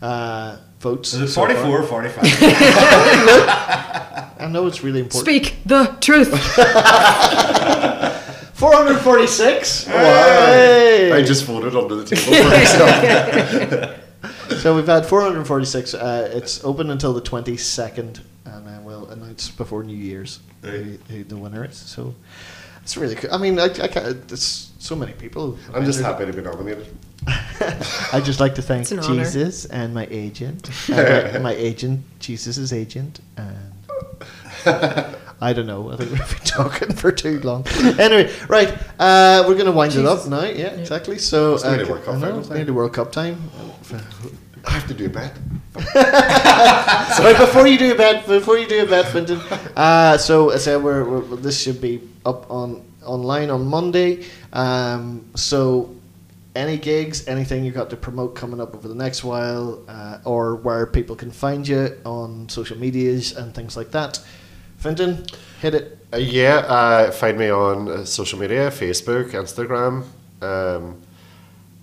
Speaker 4: uh, votes.
Speaker 3: Is it
Speaker 4: so far.
Speaker 3: 44 or 45?
Speaker 4: I know it's really important.
Speaker 5: Speak the
Speaker 4: (laughs)
Speaker 5: truth.
Speaker 4: 446?
Speaker 2: I just voted under the table for (laughs) myself.
Speaker 4: So we've had 446. Uh, it's open until the 22nd, and then we'll announce before New Year's who, who the winner is. So it's really cool. I mean, I, I can't, there's so many people.
Speaker 2: I'm just happy to be nominated. (laughs)
Speaker 4: (laughs) I just like to thank
Speaker 5: It's an honor.
Speaker 4: Jesus and my agent,
Speaker 2: (laughs)
Speaker 4: and my, my agent, Jesus's agent, and I don't know. I think we've been (laughs) talking for too long. anyway, right, uh, we're going to wind it up
Speaker 5: Jesus.
Speaker 4: now. Yeah, exactly. So
Speaker 2: It's nearly
Speaker 4: uh,
Speaker 2: World Cup
Speaker 4: I know,
Speaker 2: final
Speaker 4: it's
Speaker 2: time.
Speaker 4: nearly World Cup time.
Speaker 2: I have to do a bet.
Speaker 4: Right, before you do a bet, before you do a bet, Finton. Uh, so as I said, we're, we're, this should be up on online on Monday. Um, so any gigs, anything you got to promote coming up over the next while, uh, or where people can find you on social medias and things like that. Finton, hit it.
Speaker 2: Uh, yeah, uh, find me on uh, social media, Facebook, Instagram, um,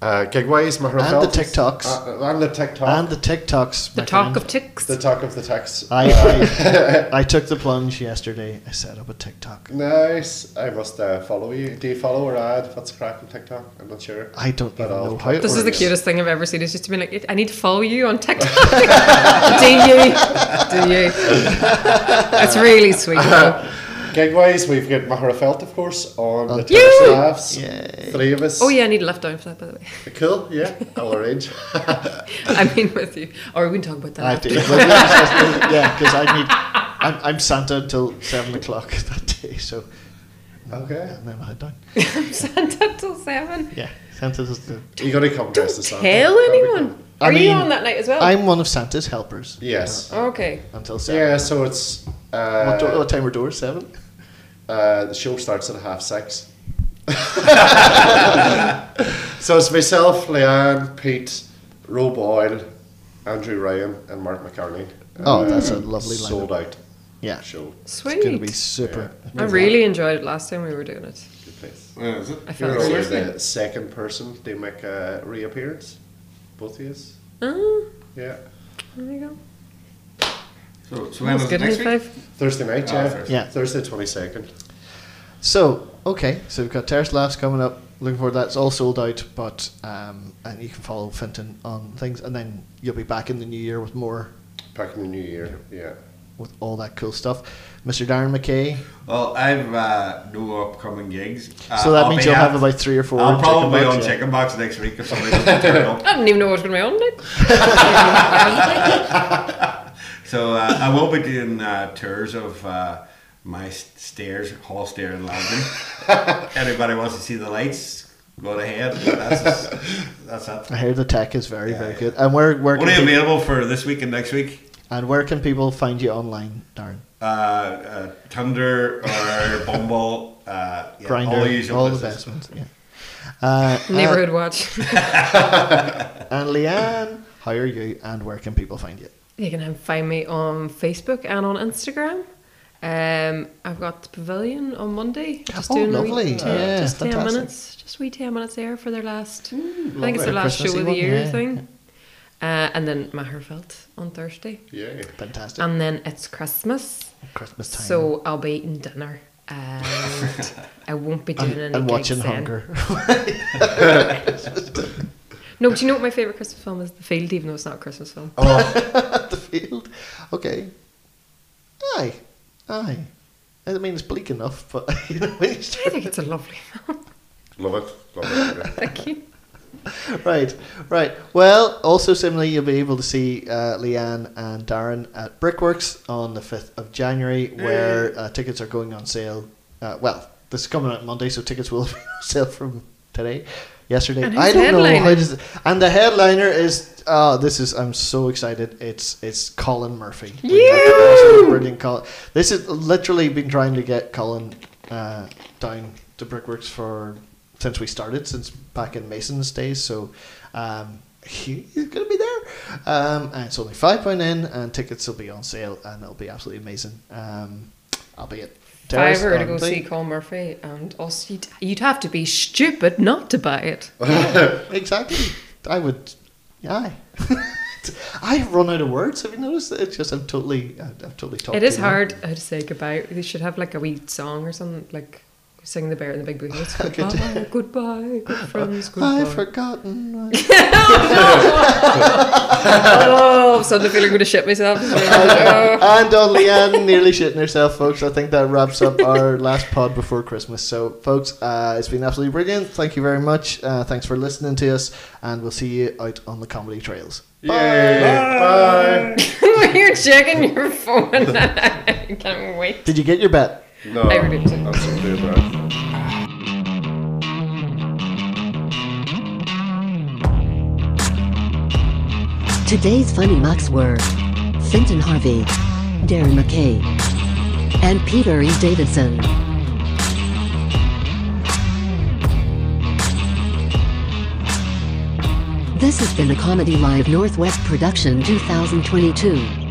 Speaker 2: uh, Gigwise, Mahram
Speaker 4: And the
Speaker 2: Feltons.
Speaker 4: TikToks.
Speaker 2: Uh, and the TikTok.
Speaker 4: And the TikToks.
Speaker 5: The
Speaker 4: my
Speaker 5: talk
Speaker 4: friend.
Speaker 5: of ticks.
Speaker 2: the talk of the text.
Speaker 4: I,
Speaker 2: (laughs)
Speaker 4: I, I took the plunge yesterday. I set up a TikTok.
Speaker 2: Nice. I must uh, follow you. Do you follow or add? What's crack on TikTok? I'm not sure.
Speaker 4: I don't
Speaker 2: But
Speaker 4: even
Speaker 2: I'll-
Speaker 4: know how it
Speaker 5: This is the
Speaker 4: works.
Speaker 5: cutest thing I've ever seen. It's just been like, I need to follow you
Speaker 4: (laughs)
Speaker 5: on TikTok. Do you? Do you? That's really sweet. though.
Speaker 2: Gigwise, we've got Mahara Felt, of course, on the
Speaker 5: Yay!
Speaker 2: Terrace Laughs.
Speaker 4: Yay.
Speaker 2: Three of us.
Speaker 5: Oh yeah, I need a left down for that, by the way. (laughs)
Speaker 2: Cool, yeah. I'll
Speaker 4: (laughs)
Speaker 2: arrange.
Speaker 5: I mean, with you. Or we can talk about that.
Speaker 4: I
Speaker 5: (laughs) after.
Speaker 4: do. yeah, because I need. I'm, I'm Santa until seven o'clock (laughs) that day, so
Speaker 2: okay.
Speaker 4: and then I head down.
Speaker 5: Santa till seven.
Speaker 4: Yeah, Santa does the.
Speaker 2: You gotta come dressed as
Speaker 5: Tell
Speaker 2: Santa. That'd be cool.
Speaker 5: anyone.
Speaker 4: I
Speaker 5: Are you
Speaker 4: mean,
Speaker 5: on that night as well?
Speaker 4: I'm one of Santa's helpers.
Speaker 2: Yes.
Speaker 5: okay.
Speaker 4: Until seven.
Speaker 2: Yeah, so it's
Speaker 4: What, do-
Speaker 2: uh,
Speaker 4: what time are doors? Seven.
Speaker 2: uh, the show starts at half six. so it's myself, Leanne, Pete, Roe Boyle, Andrew Ryan, and Mark McCartney.
Speaker 4: Oh, that's a lovely lineup.
Speaker 2: sold out
Speaker 4: Yeah,
Speaker 2: show.
Speaker 5: Sweet.
Speaker 4: it's gonna be super.
Speaker 5: I really enjoyed it last time we were doing it.
Speaker 2: Good place.
Speaker 3: Yeah, is it?
Speaker 5: I felt
Speaker 2: You're always
Speaker 5: seriously.
Speaker 2: the second person to make a reappearance. Both of us.
Speaker 5: Oh,
Speaker 2: Yeah.
Speaker 5: there you go.
Speaker 3: So, so when
Speaker 5: That's
Speaker 3: is it
Speaker 5: good
Speaker 3: next
Speaker 5: high
Speaker 3: week?
Speaker 5: five.
Speaker 2: Thursday night,
Speaker 3: Ah,
Speaker 2: yeah.
Speaker 3: Thursday.
Speaker 4: Yeah.
Speaker 2: Thursday twenty second.
Speaker 4: So Okay, so we've got Terrace Laughs coming up. Looking forward to that. It's all sold out, but um, and you can follow Fenton on things, and then you'll be back in the new year with more,
Speaker 2: Back in the new year, yeah.
Speaker 4: with all that cool stuff. Mr. Darren McKay.
Speaker 3: Well, I've uh, no upcoming gigs. Uh,
Speaker 4: So that
Speaker 3: I'll
Speaker 4: means
Speaker 3: be
Speaker 4: you'll
Speaker 3: at-
Speaker 4: have about three or four
Speaker 3: I'll
Speaker 4: chicken
Speaker 3: probably be
Speaker 4: box,
Speaker 3: on
Speaker 4: yeah.
Speaker 3: Chicken Box next week if somebody doesn't
Speaker 4: (laughs)
Speaker 3: turn up.
Speaker 5: I didn't even know I was going to be on it.
Speaker 3: So uh, I will be doing uh, tours of uh, my s- stairs, hall stair in London.
Speaker 4: (laughs)
Speaker 3: Anybody wants to see the lights, go ahead. That's, that's
Speaker 4: I
Speaker 3: it.
Speaker 4: hear the tech is very, very
Speaker 3: yeah.
Speaker 4: good. And where, where
Speaker 3: Only
Speaker 4: can pe-
Speaker 3: available for this week and next week.
Speaker 4: and where can people find you online, Darren?
Speaker 3: Uh, uh, Tinder
Speaker 4: (laughs)
Speaker 3: or Bumble. Uh, yeah,
Speaker 4: Grinder,
Speaker 3: all
Speaker 4: all,
Speaker 3: the usual
Speaker 4: the
Speaker 3: places.
Speaker 4: best ones.
Speaker 3: (laughs)
Speaker 4: Yeah. Uh,
Speaker 5: Neighborhood watch.
Speaker 4: and, and Leanne, how are you? And where can people find you?
Speaker 5: (laughs) You can find me on Facebook and on Instagram. Um, I've got the pavilion on Monday. Just
Speaker 4: Oh,
Speaker 5: doing a
Speaker 4: lovely.
Speaker 5: Wee, t-
Speaker 4: Yeah,
Speaker 5: just ten
Speaker 4: fantastic.
Speaker 5: minutes. Just wee ten minutes there for their last. I think it's
Speaker 4: lovely.
Speaker 5: their last show
Speaker 4: Christmassy
Speaker 5: of the
Speaker 4: one,
Speaker 5: year
Speaker 4: yeah,
Speaker 5: thing. Uh, and then Maherfeld on Thursday,
Speaker 2: Yeah.
Speaker 4: Fantastic.
Speaker 5: and then it's Christmas.
Speaker 4: Christmas time.
Speaker 5: Um, So I'll be eating dinner,
Speaker 4: (laughs)
Speaker 5: and I won't be doing
Speaker 4: and,
Speaker 5: any
Speaker 4: and
Speaker 5: gigs
Speaker 4: watching
Speaker 5: then.
Speaker 4: Hunger.
Speaker 3: (laughs)
Speaker 4: (laughs)
Speaker 5: No, do you know what my favorite Christmas film is? The Field, even though it's not a Christmas film.
Speaker 4: Oh.
Speaker 3: Oh.
Speaker 4: the field. Okay. Aye. Aye. I mean, it's bleak enough, but (laughs) you know, when you
Speaker 5: (laughs) I
Speaker 4: start-
Speaker 5: think it's a lovely (laughs) film.
Speaker 2: Love it. Love it. yeah.
Speaker 5: Thank you.
Speaker 4: (laughs) right, right. Well, also similarly, you'll be able to see uh, Leanne and Darren at Brickworks on the fifth of January, where uh, tickets are going on sale. Uh, well, this is coming out Monday, so tickets will (laughs) be on sale from today, yesterday.
Speaker 5: And
Speaker 4: I
Speaker 5: who's
Speaker 4: don't know how
Speaker 5: headlining?
Speaker 4: does. And the headliner is. Oh, this is. I'm so excited. It's it's Colin Murphy. We've got the absolute Brilliant Colin. This is literally been trying to get Colin uh, down to Brickworks for since we started, since back in Mason's days. So um, he, he's going to be there. Um, and it's only five pound in, and tickets will be on sale, and it'll be absolutely amazing. Um, I'll be at.
Speaker 5: If I
Speaker 4: Terrace
Speaker 5: were to
Speaker 4: on
Speaker 5: go
Speaker 4: the-
Speaker 5: see Colin Murphy, and also you'd, you'd have to be stupid not to buy it.
Speaker 4: Exactly. I would. Yeah. (laughs) I've run out of words. Have you noticed? It's just I'm totally, I'm totally talking.
Speaker 5: It is hard how to say goodbye. They should have like a wee song or something, like sing the bear in the big blue house. Goodbye, goodbye, good friends, goodbye.
Speaker 4: I've (laughs) forgotten.
Speaker 5: (laughs) oh, suddenly feeling I'm going to shit myself. (laughs) Oh. (laughs)
Speaker 4: and on Leanne nearly shitting herself, folks. I think that wraps up
Speaker 5: (laughs)
Speaker 4: our last pod before Christmas. So, folks, uh, it's been absolutely brilliant. Thank you very much. Uh, thanks for listening to us, and we'll see you out on the comedy trails.
Speaker 2: Yay. Bye.
Speaker 5: You're checking your phone. (laughs) I can't wait.
Speaker 4: Did you get your bet?
Speaker 2: No.
Speaker 5: I really didn't.
Speaker 2: That's a good one.
Speaker 1: Today's funny mucks were Fenton Harvey, Darren McKay, and Peter E. Davidson. This has been a Comedy Live Northwest production 2022.